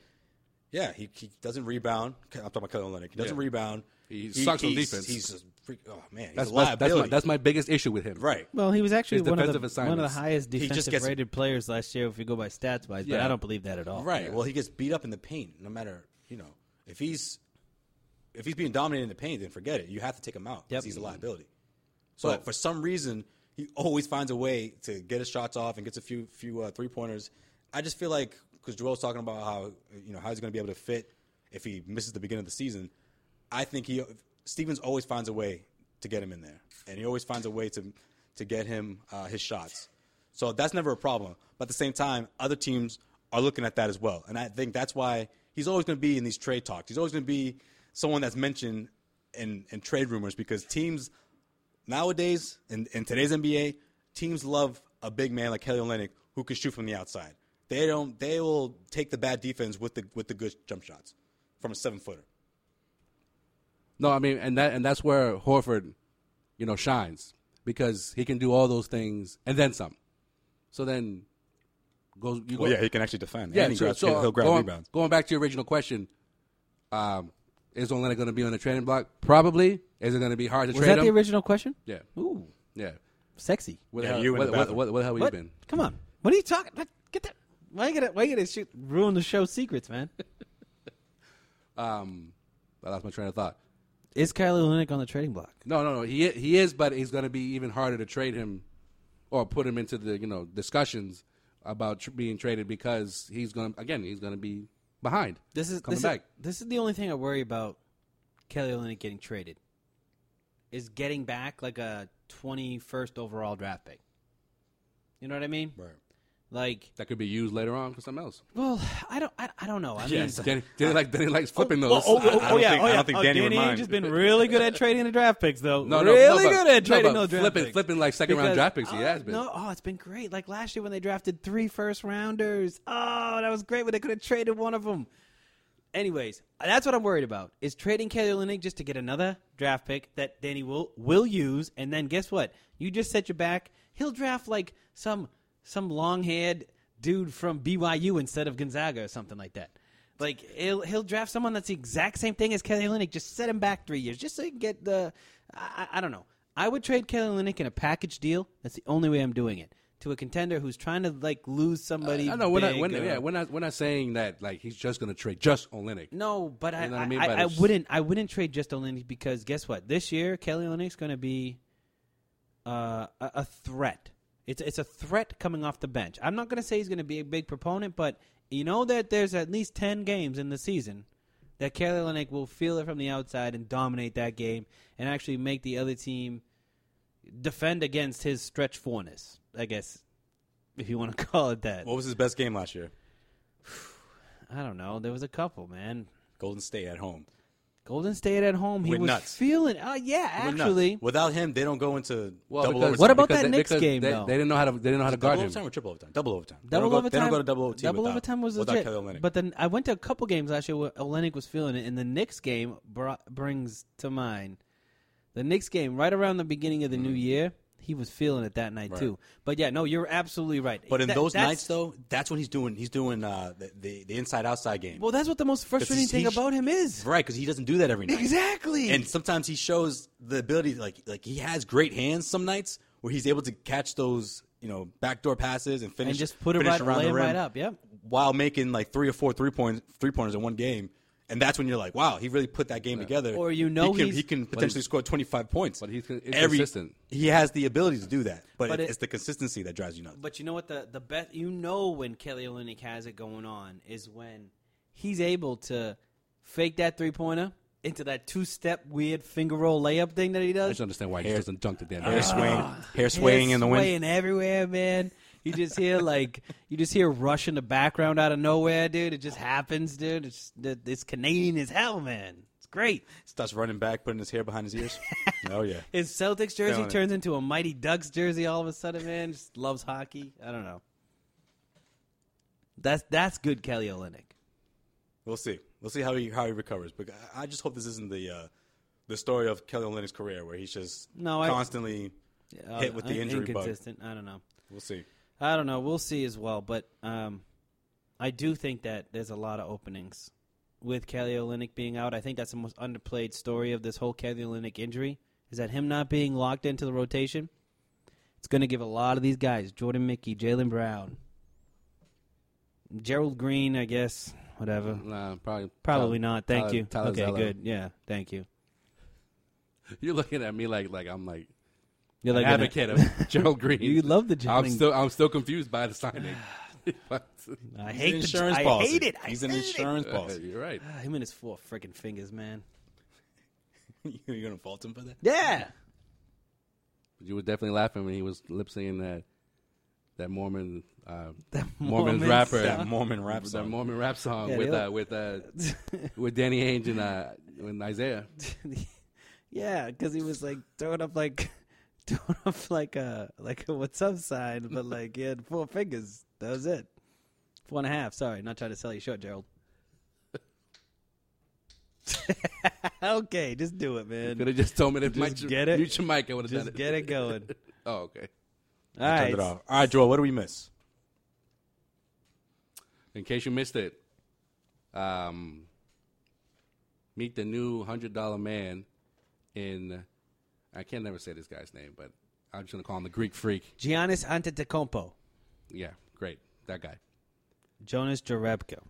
[SPEAKER 2] Yeah, he, he doesn't rebound. I'm talking about Kelly Olynyk. He doesn't
[SPEAKER 3] Yeah.
[SPEAKER 2] rebound.
[SPEAKER 3] He sucks on
[SPEAKER 2] he's-
[SPEAKER 3] defense.
[SPEAKER 2] He's a freak. Oh man, he's
[SPEAKER 3] That's
[SPEAKER 2] a
[SPEAKER 3] my, that's,
[SPEAKER 2] liability.
[SPEAKER 3] my, that's my biggest issue with him.
[SPEAKER 2] right.
[SPEAKER 1] Well, he was actually
[SPEAKER 3] His
[SPEAKER 1] one of, the,
[SPEAKER 3] defensive
[SPEAKER 1] one of the
[SPEAKER 3] assignments.
[SPEAKER 1] highest
[SPEAKER 2] just
[SPEAKER 1] defensive
[SPEAKER 2] gets-
[SPEAKER 1] rated players last year, if we go by stats wise. But
[SPEAKER 3] Yeah.
[SPEAKER 1] I don't believe that at all.
[SPEAKER 2] Right. Well, he gets beat up in the paint. No matter you know if he's if he's being dominated in the paint, then forget it. You have to take him out. 'cause
[SPEAKER 1] Yep.
[SPEAKER 2] He's a liability. So for some reason, he always finds a way to get his shots off and gets a few few uh, three pointers. I just feel like because Joel's talking about how you know how he's going to be able to fit if he misses the beginning of the season. I think he Stevens always finds a way to get him in there, and he always finds a way to to get him uh, his shots. So that's never a problem. But at the same time, other teams are looking at that as well, and I think that's why he's always going to be in these trade talks. He's always going to be someone that's mentioned in in trade rumors because teams nowadays in, in today's NBA, teams love a big man like Kelly Olynyk who can shoot from the outside. They don't. They will take the bad defense with the with the good jump shots from a seven footer.
[SPEAKER 3] No, I mean, and that and that's where Horford, you know, shines because he can do all those things and then some. So then, goes you go.
[SPEAKER 2] Well, yeah, he can actually defend.
[SPEAKER 3] Yeah,
[SPEAKER 2] and he
[SPEAKER 3] so,
[SPEAKER 2] grabs,
[SPEAKER 3] so,
[SPEAKER 2] he'll, he'll
[SPEAKER 1] um,
[SPEAKER 2] grab
[SPEAKER 3] going,
[SPEAKER 2] rebounds.
[SPEAKER 3] Going back to your original question, um, is Olenek going to be on the trading block? Probably. Is it going to be hard to
[SPEAKER 1] Was
[SPEAKER 3] trade
[SPEAKER 1] that
[SPEAKER 3] him?
[SPEAKER 1] the original question?
[SPEAKER 3] yeah,
[SPEAKER 1] Ooh,
[SPEAKER 3] yeah.
[SPEAKER 1] sexy.
[SPEAKER 3] What
[SPEAKER 2] Yeah,
[SPEAKER 3] the hell,
[SPEAKER 2] you in
[SPEAKER 3] what,
[SPEAKER 2] the
[SPEAKER 3] what-
[SPEAKER 2] bathroom.
[SPEAKER 3] what- what the hell have you
[SPEAKER 1] What?
[SPEAKER 3] been?
[SPEAKER 1] Come on. What are you talking? What? Get that. Why you gonna? Why you gonna shoot? Ruin the show secrets, man.
[SPEAKER 3] Um, I lost my train of thought.
[SPEAKER 1] Is Kylie Linick on the trading block?
[SPEAKER 3] No, no, no. He i- he is, but he's going to be even harder to trade him or put him into the you know discussions about tr- being traded because he's going to again he's going to be behind.
[SPEAKER 1] This is
[SPEAKER 3] coming
[SPEAKER 1] this
[SPEAKER 3] back.
[SPEAKER 1] Is, this is the only thing I worry about Kelly Olynyk getting traded. Is getting back like a 21st overall draft pick. You know what I mean?
[SPEAKER 2] Right.
[SPEAKER 1] Like,
[SPEAKER 3] that could be used later on for something else.
[SPEAKER 1] well, I don't, I, I don't know. I mean,
[SPEAKER 3] Danny, Danny, like, Danny likes flipping those.
[SPEAKER 1] oh, oh,
[SPEAKER 2] I
[SPEAKER 1] oh,
[SPEAKER 2] don't
[SPEAKER 1] yeah,
[SPEAKER 2] think-
[SPEAKER 1] oh
[SPEAKER 2] I
[SPEAKER 1] yeah,
[SPEAKER 2] don't think
[SPEAKER 1] Oh,
[SPEAKER 2] Danny would
[SPEAKER 1] Ainge
[SPEAKER 2] mind.
[SPEAKER 1] has been really good at trading the draft picks, though.
[SPEAKER 3] No, no,
[SPEAKER 1] really
[SPEAKER 3] no, but-
[SPEAKER 1] good at
[SPEAKER 3] no,
[SPEAKER 1] trading
[SPEAKER 3] but
[SPEAKER 1] those draft
[SPEAKER 3] flipping-
[SPEAKER 1] picks.
[SPEAKER 3] flipping, like, second-round
[SPEAKER 1] Because-
[SPEAKER 3] draft picks, he
[SPEAKER 1] oh,
[SPEAKER 3] has been.
[SPEAKER 1] No, oh, it's been great. Like last year when they drafted three first rounders. Oh, that was great. But they could have traded one of them. Anyways, that's what I'm worried about is trading Kelly Olynyk just to get another draft pick that Danny will will use, and then guess what? You just set your back. He'll draft like some some long haired dude from BYU instead of Gonzaga or something like that. Like he'll he'll draft someone that's the exact same thing as Kelly Olynyk. Just set him back three years, just so he can get the. I, I I don't know. I would trade Kelly Olynyk in a package deal. That's the only way I'm doing it to a contender who's trying to like lose somebody.
[SPEAKER 3] I know we're not,
[SPEAKER 1] big uh,
[SPEAKER 3] we're,
[SPEAKER 1] or-
[SPEAKER 3] yeah, we're not we're not saying that like he's just going to trade just Olenek.
[SPEAKER 1] no, but I,
[SPEAKER 3] You know what
[SPEAKER 1] I,
[SPEAKER 3] I mean?
[SPEAKER 1] I,
[SPEAKER 3] But
[SPEAKER 1] I
[SPEAKER 3] it's-
[SPEAKER 1] wouldn't. I wouldn't trade just Olenek because guess what? This year, Kelly Olynyk's going to be uh, a, a threat. It's it's a threat coming off the bench. I'm not going to say he's going to be a big proponent, but you know that there's at least ten games in the season that Kelly Olynyk will feel it from the outside and dominate that game and actually make the other team defend against his stretch fourness. I guess if you want to call it that.
[SPEAKER 2] What was his best game last year?
[SPEAKER 1] I don't know. There was a couple, man.
[SPEAKER 2] Golden State at home.
[SPEAKER 1] Golden State at home. He
[SPEAKER 2] Went
[SPEAKER 1] was
[SPEAKER 2] nuts.
[SPEAKER 1] feeling. Uh, yeah,
[SPEAKER 2] We're nuts.
[SPEAKER 1] actually.
[SPEAKER 2] without him, they don't go into
[SPEAKER 3] Well,
[SPEAKER 2] double
[SPEAKER 3] because-
[SPEAKER 2] overtime.
[SPEAKER 1] What about
[SPEAKER 3] because
[SPEAKER 1] that
[SPEAKER 3] they-
[SPEAKER 1] Knicks
[SPEAKER 3] because
[SPEAKER 1] game,
[SPEAKER 3] They,
[SPEAKER 1] though?
[SPEAKER 3] they didn't know how to they didn't know how to guard
[SPEAKER 2] double
[SPEAKER 3] him.
[SPEAKER 2] overtime or triple overtime? Double overtime. They
[SPEAKER 1] Double
[SPEAKER 2] don't go,
[SPEAKER 1] overtime.
[SPEAKER 2] They don't go to double overtime.
[SPEAKER 1] Double
[SPEAKER 2] without,
[SPEAKER 1] overtime was
[SPEAKER 2] without
[SPEAKER 1] legit.
[SPEAKER 2] Kelly Olynyk.
[SPEAKER 1] But then I went to a couple games last year where Olenek was feeling it, and the Knicks game brought, brings to mind the Knicks game right around the beginning of the
[SPEAKER 2] Mm.
[SPEAKER 1] new year. He was feeling it that night too. But yeah, no, you're absolutely right.
[SPEAKER 2] But in
[SPEAKER 1] That-
[SPEAKER 2] those
[SPEAKER 1] that's-
[SPEAKER 2] nights, though, that's when he's doing he's doing uh, the, the the inside outside game.
[SPEAKER 1] well, that's what the most
[SPEAKER 2] 'Cause
[SPEAKER 1] frustrating
[SPEAKER 2] he's-
[SPEAKER 1] thing
[SPEAKER 2] he's-
[SPEAKER 1] about him is.
[SPEAKER 2] right? Because he doesn't do that every night.
[SPEAKER 1] Exactly.
[SPEAKER 2] And sometimes he shows the ability, like like he has great hands. Some nights where he's able to catch those you know backdoor passes and finish
[SPEAKER 1] And just put it
[SPEAKER 2] finish
[SPEAKER 1] right-
[SPEAKER 2] around
[SPEAKER 1] lay
[SPEAKER 2] the
[SPEAKER 1] it
[SPEAKER 2] rim
[SPEAKER 1] right up, yep.
[SPEAKER 2] While making like three or four three point three pointers in one game. And that's when you're like, wow, he really put that game together.
[SPEAKER 1] Or you know
[SPEAKER 2] he can,
[SPEAKER 1] he's-
[SPEAKER 2] he can potentially score 25 points.
[SPEAKER 3] but he's con-
[SPEAKER 2] Every-
[SPEAKER 3] inconsistent.
[SPEAKER 2] He has the ability to do that, but,
[SPEAKER 1] But
[SPEAKER 2] it-
[SPEAKER 1] it-
[SPEAKER 2] it's the consistency that drives you nuts.
[SPEAKER 1] But you know what the the best you know when Kelly Olynyk has it going on is when he's able to fake that three pointer into that two step weird finger roll layup thing that he
[SPEAKER 3] I
[SPEAKER 1] does.
[SPEAKER 3] just understand why he just doesn't dunk the damn.
[SPEAKER 2] hair
[SPEAKER 3] thing.
[SPEAKER 2] swaying, hair swaying in the wind.
[SPEAKER 1] Ah. swaying everywhere, man. You just hear like you just hear rush in the background out of nowhere, dude. It just happens, dude. It's it's Canadian as hell, man. It's great.
[SPEAKER 2] Starts running back, putting his hair behind his ears. oh yeah,
[SPEAKER 1] His Celtics jersey
[SPEAKER 2] Feeling it.
[SPEAKER 1] turns into a Mighty Ducks jersey all of a sudden, man. Just loves hockey. I don't know. That's that's good Kelly Olynyk.
[SPEAKER 2] we'll see. We'll see how he how he recovers. But I I just hope this isn't the uh, the story of Kelly Olynyk's career, where he's just
[SPEAKER 1] No, I-
[SPEAKER 2] constantly
[SPEAKER 1] Uh,
[SPEAKER 2] hit with the
[SPEAKER 1] in-
[SPEAKER 2] injury bug.
[SPEAKER 1] inconsistent. I don't know.
[SPEAKER 2] We'll see.
[SPEAKER 1] I don't know. We'll see as well, but um, I do think that there's a lot of openings with Kelly Olynyk being out, I think that's the most underplayed story of this whole Kelly Olynyk injury is that him not being locked into the rotation. It's going to give a lot of these guys Jordan Mickey, Jalen Brown, Gerald Green, I guess, whatever.
[SPEAKER 2] Mm-hmm.
[SPEAKER 3] Nah, probably
[SPEAKER 1] Probably
[SPEAKER 3] Tyler-
[SPEAKER 1] not. Thank
[SPEAKER 3] Tyler-
[SPEAKER 1] you.
[SPEAKER 3] Tyler
[SPEAKER 1] okay,
[SPEAKER 3] Zeller.
[SPEAKER 1] good. Yeah, thank you.
[SPEAKER 3] You're looking at me like like I'm like
[SPEAKER 1] You're like an-
[SPEAKER 3] advocate of Gerald Green.
[SPEAKER 1] You love the Gerald
[SPEAKER 3] I'm
[SPEAKER 1] Green.
[SPEAKER 3] still I'm still confused by the signing. But-
[SPEAKER 1] I
[SPEAKER 2] He's
[SPEAKER 1] hate
[SPEAKER 2] an
[SPEAKER 1] the-
[SPEAKER 2] insurance
[SPEAKER 1] I
[SPEAKER 2] policy.
[SPEAKER 1] hate it. I
[SPEAKER 2] He's an
[SPEAKER 1] hate it.
[SPEAKER 2] insurance
[SPEAKER 3] Uh,
[SPEAKER 2] policy.
[SPEAKER 3] you're right.
[SPEAKER 1] Ah, Him and his four freaking fingers, man.
[SPEAKER 2] You're gonna fault him for that?
[SPEAKER 1] Yeah.
[SPEAKER 3] You were definitely laughing when he was lip syncing that that Mormon uh, Mormon, rapper
[SPEAKER 2] That Mormon rap
[SPEAKER 3] that
[SPEAKER 2] song.
[SPEAKER 3] Mormon rap song
[SPEAKER 1] Yeah,
[SPEAKER 3] with
[SPEAKER 1] they
[SPEAKER 3] uh, with uh, with Danny Ainge and uh, and Isaiah.
[SPEAKER 1] yeah, because he was like throwing up like throwing up like a like a what's up sign, but like he had four fingers. That was it. Four and a half. Sorry, not trying to sell you short, Gerald. okay, just do it,
[SPEAKER 3] Could
[SPEAKER 1] man.
[SPEAKER 3] have just told me to
[SPEAKER 1] Just
[SPEAKER 3] mic-
[SPEAKER 1] get it.
[SPEAKER 3] mute your mic. I would have done
[SPEAKER 1] Just
[SPEAKER 3] it.
[SPEAKER 1] get it going.
[SPEAKER 3] Oh, okay.
[SPEAKER 1] All
[SPEAKER 2] Turned it
[SPEAKER 1] right.
[SPEAKER 2] off. All right, Joel. What do we miss?
[SPEAKER 3] In case you missed it, um, meet the new hundred dollar man in. I can never say this guy's name, but I'm just gonna call him the Greek Freak.
[SPEAKER 1] Giannis Antetokounmpo,
[SPEAKER 3] Yeah, great, that guy.
[SPEAKER 1] Jonas Jerebko.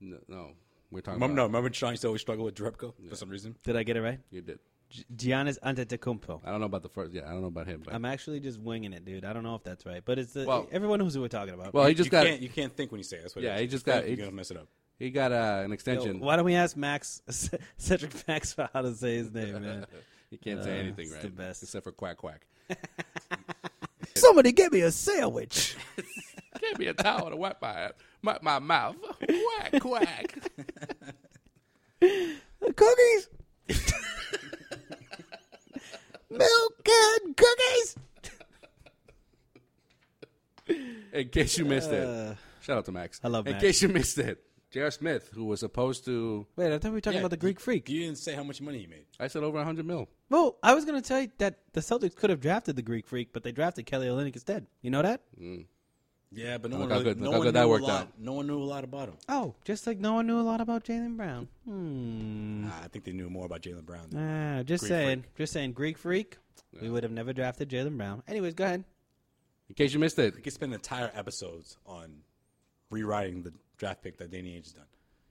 [SPEAKER 3] No, no we're talking
[SPEAKER 2] Remember, no,
[SPEAKER 3] about
[SPEAKER 2] remember Sean used to always struggle with Drepko for some reason.
[SPEAKER 1] Did I get it right?
[SPEAKER 3] you did.
[SPEAKER 1] G- Giannis Antetokounmpo.
[SPEAKER 3] I don't know about the first. Yeah, I don't know about him, but
[SPEAKER 1] I'm actually just winging it, dude. I don't know if that's right, but it's the,
[SPEAKER 3] Well-
[SPEAKER 1] everyone knows who we're talking about.
[SPEAKER 3] well, he just
[SPEAKER 2] you
[SPEAKER 3] got
[SPEAKER 2] can't, you can't think when you say it. That's what
[SPEAKER 3] Yeah,
[SPEAKER 2] it is.
[SPEAKER 3] he just
[SPEAKER 2] You think
[SPEAKER 3] got- he
[SPEAKER 2] You're
[SPEAKER 3] just-
[SPEAKER 2] gonna mess it up.
[SPEAKER 3] he got uh, an
[SPEAKER 1] Yo,
[SPEAKER 3] extension.
[SPEAKER 1] why don't we ask Max Cedric Max for how to say his name, man?
[SPEAKER 3] He can't say anything,
[SPEAKER 1] Uh, it's
[SPEAKER 3] right?
[SPEAKER 1] the best.
[SPEAKER 3] except for quack quack.
[SPEAKER 1] Somebody get me a sandwich.
[SPEAKER 3] Give me a towel to wipe my my, my mouth. Quack quack.
[SPEAKER 1] cookies. Milk and cookies.
[SPEAKER 3] In case you missed it, shout out to Max.
[SPEAKER 1] Uh, I love
[SPEAKER 3] In
[SPEAKER 1] Max.
[SPEAKER 3] case you missed it, J.R. Smith, who was supposed to,
[SPEAKER 1] Wait, I thought we were talking
[SPEAKER 2] Yeah,
[SPEAKER 1] about the Greek freak.
[SPEAKER 2] You didn't say how much money he made.
[SPEAKER 3] I said over hundred mil.
[SPEAKER 1] well, I was going to tell you that the Celtics could have drafted the Greek freak, but they drafted Kelly Olynyk instead. You know that?
[SPEAKER 2] Mm. Yeah, but no one
[SPEAKER 3] Look how
[SPEAKER 2] really,
[SPEAKER 3] good-
[SPEAKER 2] no
[SPEAKER 3] look how
[SPEAKER 2] one
[SPEAKER 3] good that
[SPEAKER 2] knew a
[SPEAKER 3] worked
[SPEAKER 2] lot.
[SPEAKER 3] out.
[SPEAKER 2] No one knew a lot about him.
[SPEAKER 1] Oh, just like no one knew a lot about Jalen Brown. Hmm.
[SPEAKER 2] Nah, I think they knew more about Jalen Brown. Than
[SPEAKER 1] Ah, just
[SPEAKER 2] Greek
[SPEAKER 1] saying. Just saying. Greek freak. We would have never drafted Jalen Brown. Anyways, go ahead.
[SPEAKER 3] In case you missed it,
[SPEAKER 2] We could spend entire episodes on rewriting the draft pick that Danny Ainge has done.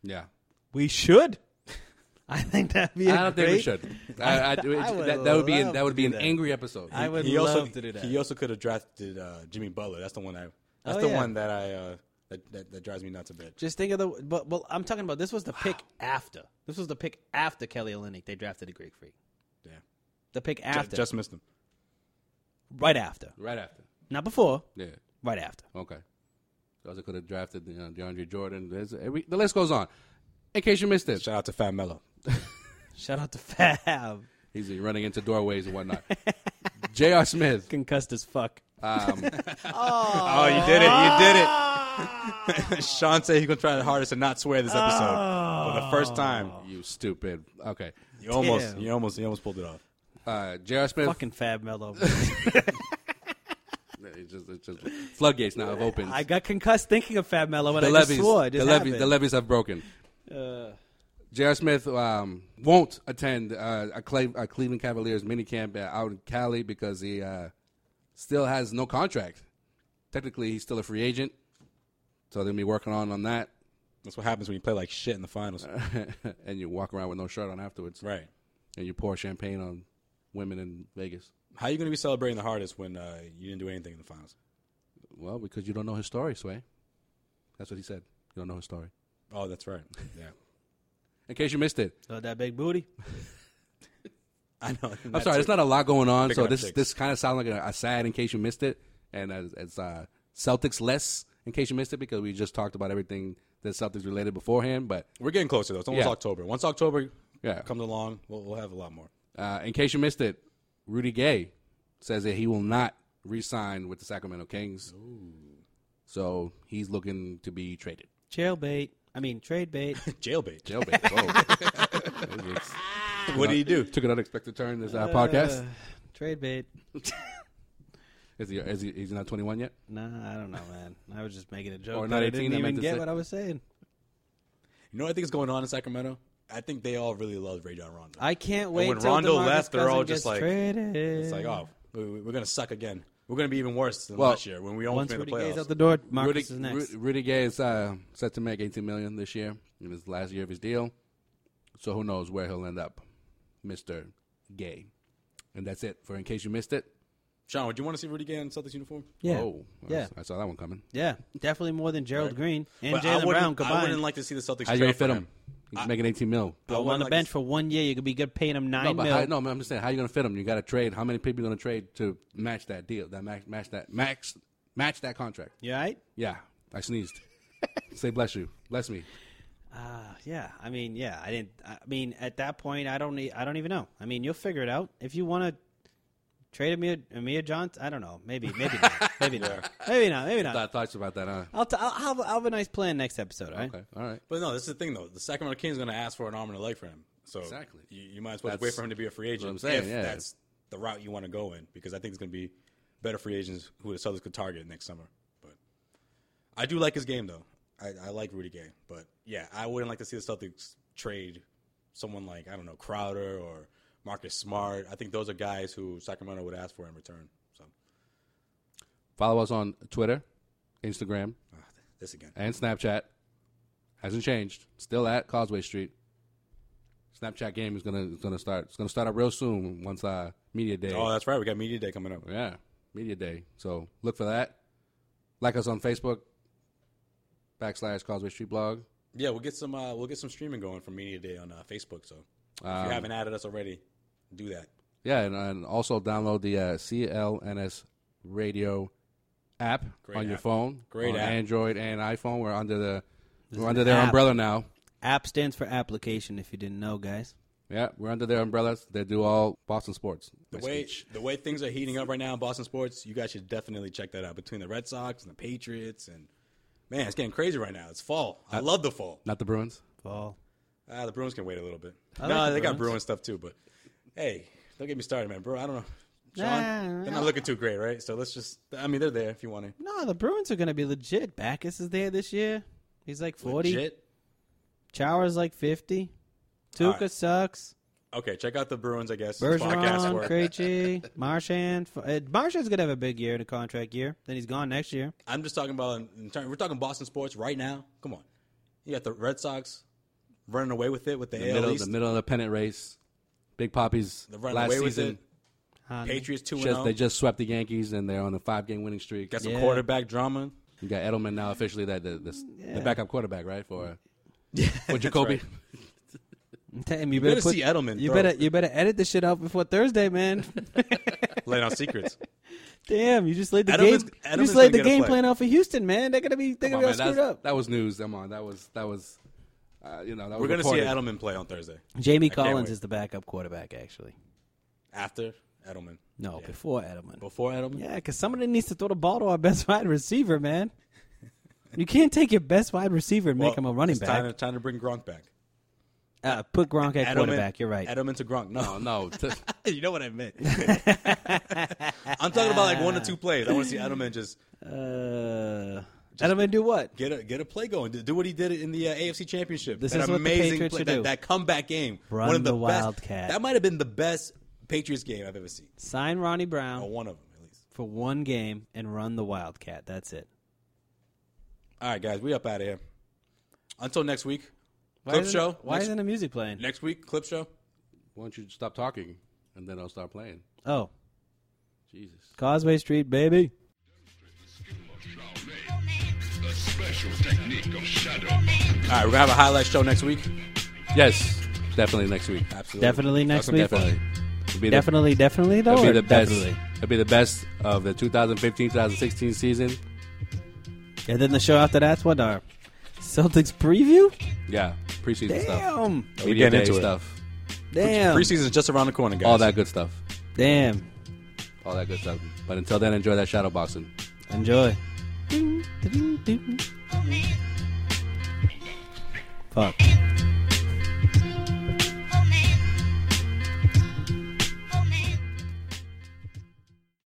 [SPEAKER 3] yeah.
[SPEAKER 1] We should. I think that'd be.
[SPEAKER 3] I
[SPEAKER 1] I
[SPEAKER 3] don't think we should. I, I, it-
[SPEAKER 1] I would
[SPEAKER 3] that, that would be an,
[SPEAKER 1] love
[SPEAKER 3] that would
[SPEAKER 1] to
[SPEAKER 3] be
[SPEAKER 1] do
[SPEAKER 3] an
[SPEAKER 1] that.
[SPEAKER 3] angry episode.
[SPEAKER 1] I would
[SPEAKER 2] He
[SPEAKER 1] love
[SPEAKER 2] also
[SPEAKER 1] to do that.
[SPEAKER 2] he also could have drafted uh, Jimmy Butler. That's the one I. That's
[SPEAKER 1] Oh,
[SPEAKER 2] the
[SPEAKER 1] yeah.
[SPEAKER 2] one that I uh, that, that that drives me nuts a bit.
[SPEAKER 1] Just think of the. But well, I'm talking about this was the pick after. This was the pick after Kelly Olynyk. They drafted the Greek Freak.
[SPEAKER 2] Yeah,
[SPEAKER 1] The pick
[SPEAKER 2] Ju-
[SPEAKER 1] after,
[SPEAKER 2] just missed him.
[SPEAKER 1] right after,
[SPEAKER 3] right after.
[SPEAKER 1] not before,
[SPEAKER 3] Yeah.
[SPEAKER 1] right after.
[SPEAKER 3] Okay. They Also could have drafted you know, DeAndre Jordan. There's every, the list goes on. In case you missed it,
[SPEAKER 2] Shout out to Fat Mello.
[SPEAKER 1] Shout out to Fab,
[SPEAKER 3] he's running into doorways and whatnot. J.R. Smith.
[SPEAKER 1] concussed as fuck.
[SPEAKER 2] Oh, you did it! You did it! Sean said he's gonna try the hardest to not swear this episode for the first time.
[SPEAKER 3] You stupid. Okay.
[SPEAKER 2] You almost,
[SPEAKER 1] Oh. Damn.
[SPEAKER 2] you almost, you almost pulled it off.
[SPEAKER 3] Uh, J.R. Smith.
[SPEAKER 1] Fucking Fab Mello.
[SPEAKER 3] It's just, it's just, floodgates now have opened.
[SPEAKER 1] I got concussed thinking of Fab Mello, and
[SPEAKER 3] the
[SPEAKER 1] I
[SPEAKER 3] levees,
[SPEAKER 1] just swore. It
[SPEAKER 3] the
[SPEAKER 1] just
[SPEAKER 3] levees, the
[SPEAKER 1] happened. Uh.
[SPEAKER 3] levees have broken. J.R. Smith um, won't attend uh, a, Cle- a Cleveland Cavaliers minicamp uh, out in Cali because he uh, still has no contract. Technically, he's still a free agent, so they're gonna be working on on that.
[SPEAKER 2] That's what happens when you play like shit in the finals,
[SPEAKER 1] Uh.
[SPEAKER 3] and you walk around with no shirt on afterwards,
[SPEAKER 2] right?
[SPEAKER 3] and you pour champagne on women in Vegas.
[SPEAKER 2] How you gonna be celebrating the hardest when uh, you didn't do anything in the finals?
[SPEAKER 3] Well, because you don't know his story, Sway. That's what he said. You don't know his story.
[SPEAKER 2] Oh, that's right. Yeah,
[SPEAKER 3] In case you missed it,
[SPEAKER 1] So Oh, that big booty.
[SPEAKER 2] I know.
[SPEAKER 3] I'm sorry, there's not a lot going on,
[SPEAKER 2] Picking
[SPEAKER 3] so
[SPEAKER 2] up
[SPEAKER 3] this
[SPEAKER 2] chicks.
[SPEAKER 3] this kind of sounds like a, a sad in case you missed it, and as, as uh, Celtics less in case you missed it because we just talked about everything that's Celtics related beforehand. But
[SPEAKER 2] We're getting closer though. It's almost
[SPEAKER 3] Yeah.
[SPEAKER 2] October. Once October
[SPEAKER 3] Yeah.
[SPEAKER 2] comes along, we'll, we'll have a lot more.
[SPEAKER 3] uh, in case you missed it, Rudy Gay says that he will not re-sign with the Sacramento Kings, so he's looking to be traded.
[SPEAKER 1] Jailbait. I mean, trade bait.
[SPEAKER 2] Jailbait.
[SPEAKER 3] Jailbait. Whoa. uh,
[SPEAKER 2] What did he do?
[SPEAKER 3] Took an unexpected turn this uh, podcast.
[SPEAKER 1] trade bait.
[SPEAKER 3] Is he? Is he? He's not 21 yet.
[SPEAKER 1] Nah, I don't know, man. I was just making a joke.
[SPEAKER 3] Or
[SPEAKER 1] that
[SPEAKER 3] not
[SPEAKER 1] I
[SPEAKER 3] 18, I
[SPEAKER 1] didn't even
[SPEAKER 3] meant to
[SPEAKER 1] get
[SPEAKER 3] say.
[SPEAKER 1] what I was saying.
[SPEAKER 2] You know what I think is going on in Sacramento? I think they all really love Rajon Rondo.
[SPEAKER 1] I can't wait.
[SPEAKER 2] when
[SPEAKER 1] till
[SPEAKER 2] Rondo
[SPEAKER 1] DeMarcus
[SPEAKER 2] left, they're all just
[SPEAKER 1] Cousins gets
[SPEAKER 2] like-
[SPEAKER 1] traded.
[SPEAKER 2] it's like, oh, we, we- we're gonna suck again. We're gonna be even worse than
[SPEAKER 3] Well,
[SPEAKER 2] last year when we almost
[SPEAKER 1] once
[SPEAKER 2] made the
[SPEAKER 1] Rudy Gay's
[SPEAKER 2] playoffs.
[SPEAKER 1] out the door, Marcus
[SPEAKER 3] Rudy,
[SPEAKER 1] is next.
[SPEAKER 3] Ru- Rudy Gay is uh, set to make 18 million this year. It was the last year of his deal, so who knows where he'll end up, Mister Gay. And that's it. For in case you missed it,
[SPEAKER 2] Sean, would you want to see Rudy Gay in Celtics uniform?
[SPEAKER 1] yeah,
[SPEAKER 3] oh, I
[SPEAKER 1] yeah,
[SPEAKER 3] s- I saw that one coming.
[SPEAKER 1] yeah, definitely more than Gerald Green and
[SPEAKER 2] But I
[SPEAKER 1] Jalen
[SPEAKER 2] wouldn't-
[SPEAKER 1] Brown
[SPEAKER 2] I wouldn't
[SPEAKER 1] combined.
[SPEAKER 2] like to see the Celtics
[SPEAKER 3] How you gonna
[SPEAKER 2] trade for
[SPEAKER 3] fit him?
[SPEAKER 2] him.
[SPEAKER 3] He's making 18 mil.
[SPEAKER 2] I
[SPEAKER 1] Throw him on
[SPEAKER 2] wouldn't
[SPEAKER 1] the
[SPEAKER 2] like
[SPEAKER 1] bench
[SPEAKER 2] to-
[SPEAKER 1] for one year. You could be good paying him
[SPEAKER 3] No,
[SPEAKER 1] nine
[SPEAKER 3] but
[SPEAKER 1] mil.
[SPEAKER 3] how, no, I'm just saying how you gonna fit him? You got to trade. How many people you gonna trade to match that deal? That match, match that max, match that contract.
[SPEAKER 1] You all right?
[SPEAKER 3] Yeah, I sneezed. Say bless you, bless me.
[SPEAKER 1] Uh, yeah, I mean, yeah, I didn't. I mean, at that point, I don't. e- I don't even know. I mean, you'll figure it out if you want to trade Amir Amir Johnson. I don't know. Maybe, maybe not. Maybe not. Maybe not. Maybe not.
[SPEAKER 3] Thought, thoughts about that? Huh?
[SPEAKER 1] I'll, t- I'll, have, I'll have a nice plan next episode. All right.
[SPEAKER 3] Okay, all right.
[SPEAKER 2] But no, this is the thing though. The Sacramento Kings going to ask for an arm and a leg for him. So
[SPEAKER 3] Exactly.
[SPEAKER 2] you, you might as well just
[SPEAKER 3] That's
[SPEAKER 2] wait for him to be a free agent.
[SPEAKER 3] I'm saying,
[SPEAKER 2] if
[SPEAKER 3] yeah.
[SPEAKER 2] that's the route you want to go in, because I think it's going to be better free agents who the Celtics could target next summer. But I do like his game though. I, I like Rudy Gay, but yeah, I wouldn't like to see the Celtics trade someone like I don't know Crowder or Marcus Smart. I think those are guys who Sacramento would ask for in return. So
[SPEAKER 3] Follow us on Twitter, Instagram,
[SPEAKER 2] ah, this again.
[SPEAKER 3] and Snapchat. Hasn't changed. Still at Causeway Street. Snapchat game is gonna is gonna start. It's gonna start up real soon. Once uh, media day.
[SPEAKER 2] Oh, that's right. We got media day coming up.
[SPEAKER 3] Yeah, media day. So look for that. Like us on Facebook, backslash Causeway Street blog.
[SPEAKER 2] Yeah, we'll get some uh, we'll get some streaming going from media day on uh, Facebook. So if
[SPEAKER 3] Um,
[SPEAKER 2] you haven't added us already, do that.
[SPEAKER 3] Yeah, and, and also download the uh, CLNS Radio app
[SPEAKER 2] Great
[SPEAKER 3] on your
[SPEAKER 2] app.
[SPEAKER 3] phone.
[SPEAKER 2] Great
[SPEAKER 3] on
[SPEAKER 2] app.
[SPEAKER 3] Android and iPhone. We're under the we're
[SPEAKER 1] an
[SPEAKER 3] under their
[SPEAKER 1] app.
[SPEAKER 3] umbrella now.
[SPEAKER 1] App stands for application. If you didn't know, guys.
[SPEAKER 3] Yeah, we're under their umbrellas. They do all Boston sports.
[SPEAKER 2] The
[SPEAKER 3] My
[SPEAKER 2] way
[SPEAKER 3] speech.
[SPEAKER 2] the way things are heating up right now in Boston sports, you guys should definitely check that out. Between the Red Sox and the Patriots, and man, it's getting crazy right now. It's fall.
[SPEAKER 1] Uh,
[SPEAKER 2] I love the fall.
[SPEAKER 3] not the Bruins.
[SPEAKER 1] Fall.
[SPEAKER 2] Ah, the Bruins can wait a little bit.
[SPEAKER 1] I
[SPEAKER 2] no,
[SPEAKER 1] like the
[SPEAKER 2] they got
[SPEAKER 1] Bruins.
[SPEAKER 2] Bruins stuff too. But hey, don't get me started, man. Bro, I don't know. John,
[SPEAKER 1] Nah,
[SPEAKER 2] they're not looking too great, right? So let's just. I mean, they're there if you want to.
[SPEAKER 1] No, the Bruins are going to be legit. Backus is there this year. He's like forty.
[SPEAKER 2] Legit.
[SPEAKER 1] Chowers like fifty.
[SPEAKER 2] All
[SPEAKER 1] Tuca
[SPEAKER 2] right.
[SPEAKER 1] sucks.
[SPEAKER 2] Okay, check out the Bruins. I guess It's podcast
[SPEAKER 1] Bergeron,
[SPEAKER 2] work.
[SPEAKER 1] Krejci, Marchand. F- uh, Marchand's gonna have a big year in a contract year. Then he's gone next year.
[SPEAKER 2] I'm just talking about. In turn, we're talking Boston sports right now. Come on, you got the Red Sox running away with it with the,
[SPEAKER 3] The
[SPEAKER 2] AL
[SPEAKER 3] middle,
[SPEAKER 2] East.
[SPEAKER 3] the middle of the pennant race. Big Poppy's
[SPEAKER 2] They're running
[SPEAKER 3] last
[SPEAKER 2] away with
[SPEAKER 3] season.
[SPEAKER 2] it. Patriots two
[SPEAKER 3] Just,
[SPEAKER 2] and
[SPEAKER 3] they
[SPEAKER 2] zero.
[SPEAKER 3] just swept the Yankees and they're on a five game winning streak.
[SPEAKER 2] Got some
[SPEAKER 1] Yeah.
[SPEAKER 2] quarterback drama.
[SPEAKER 3] You got Edelman now officially that the, the, the backup quarterback, right? For for Jacoby. Oh,
[SPEAKER 2] right.
[SPEAKER 1] Damn, you,
[SPEAKER 2] better
[SPEAKER 1] put-
[SPEAKER 2] see Edelman
[SPEAKER 1] You
[SPEAKER 2] throw.
[SPEAKER 1] better you better edit this shit out before Thursday, man.
[SPEAKER 2] Laying out secrets.
[SPEAKER 1] Damn, you just laid the
[SPEAKER 2] Edelman's-
[SPEAKER 1] game. you
[SPEAKER 2] Edelman's
[SPEAKER 1] just laid
[SPEAKER 2] gonna
[SPEAKER 1] the
[SPEAKER 2] get a
[SPEAKER 1] game
[SPEAKER 2] play.
[SPEAKER 1] plan out for Houston, man. They're gonna be they're
[SPEAKER 3] Come
[SPEAKER 1] gonna
[SPEAKER 3] on,
[SPEAKER 1] be all
[SPEAKER 3] man, that's-
[SPEAKER 1] screwed up.
[SPEAKER 3] That was news. Come on, that was that was uh, you know that
[SPEAKER 2] We're
[SPEAKER 3] was
[SPEAKER 2] gonna see
[SPEAKER 3] reported.
[SPEAKER 2] Edelman play on Thursday
[SPEAKER 1] Jamie
[SPEAKER 2] can't
[SPEAKER 1] Collins
[SPEAKER 2] wait.
[SPEAKER 1] is the backup quarterback, actually.
[SPEAKER 2] after Edelman.
[SPEAKER 1] No,
[SPEAKER 2] Yeah.
[SPEAKER 1] before Edelman.
[SPEAKER 2] Before Edelman.
[SPEAKER 1] Yeah, because somebody needs to throw the ball to our best wide receiver, man. You can't take your best wide receiver and
[SPEAKER 2] Well,
[SPEAKER 1] make him a running
[SPEAKER 2] it's Time to,
[SPEAKER 1] back.
[SPEAKER 2] time to bring Gronk back.
[SPEAKER 1] Uh, put Gronk at quarterback. You're right.
[SPEAKER 2] Edelman to Gronk. No,
[SPEAKER 3] Oh no, T-
[SPEAKER 2] you know what I meant. I'm talking about like one or two plays. I want to see Edelman just
[SPEAKER 1] Uh, Edelman, do what?
[SPEAKER 2] get a get a play going. Do what he did in the uh, AFC Championship.
[SPEAKER 1] This
[SPEAKER 2] That
[SPEAKER 1] is what the
[SPEAKER 2] amazing
[SPEAKER 1] Patriots
[SPEAKER 2] play-
[SPEAKER 1] should
[SPEAKER 2] that,
[SPEAKER 1] do.
[SPEAKER 2] that comeback game.
[SPEAKER 1] Run
[SPEAKER 2] one of the,
[SPEAKER 1] the
[SPEAKER 2] best.
[SPEAKER 1] Wildcat.
[SPEAKER 2] That might have been the best Patriots game I've ever seen.
[SPEAKER 1] Sign Ronnie
[SPEAKER 2] Or
[SPEAKER 1] Brown
[SPEAKER 2] one of them at least.
[SPEAKER 1] for one game and run the Wildcat. That's it.
[SPEAKER 2] All right, guys, we up out of here. Until next week,
[SPEAKER 1] Why
[SPEAKER 2] clip
[SPEAKER 1] isn't-
[SPEAKER 2] show.
[SPEAKER 1] Why
[SPEAKER 2] next,
[SPEAKER 1] isn't the music playing?
[SPEAKER 2] next week clip show?
[SPEAKER 3] why don't you stop talking and then I'll start playing?
[SPEAKER 1] Oh,
[SPEAKER 3] Jesus.
[SPEAKER 1] Causeway Street, baby.
[SPEAKER 4] The special technique of shadow
[SPEAKER 2] All right, we're gonna have a highlight show next week.
[SPEAKER 3] Yes, definitely next week.
[SPEAKER 2] Absolutely.
[SPEAKER 1] Definitely next
[SPEAKER 2] That's
[SPEAKER 1] week.
[SPEAKER 3] Definitely. It'll be the-
[SPEAKER 1] Definitely, definitely, though.
[SPEAKER 3] It'll
[SPEAKER 1] or
[SPEAKER 3] be the best.
[SPEAKER 1] definitely?
[SPEAKER 3] It'll be the best of the 2015-2016 season.
[SPEAKER 1] And then the show after that's what our Celtics preview.
[SPEAKER 3] Yeah, preseason stuff,
[SPEAKER 1] Damn,
[SPEAKER 2] We're
[SPEAKER 3] media
[SPEAKER 2] getting
[SPEAKER 3] day
[SPEAKER 2] into it.
[SPEAKER 3] stuff,
[SPEAKER 1] damn,
[SPEAKER 2] Preseason is just around the corner, guys.
[SPEAKER 3] all that good stuff,
[SPEAKER 1] damn.
[SPEAKER 3] all that good stuff. But until then, enjoy that shadow boxing.
[SPEAKER 1] Enjoy. Fuck.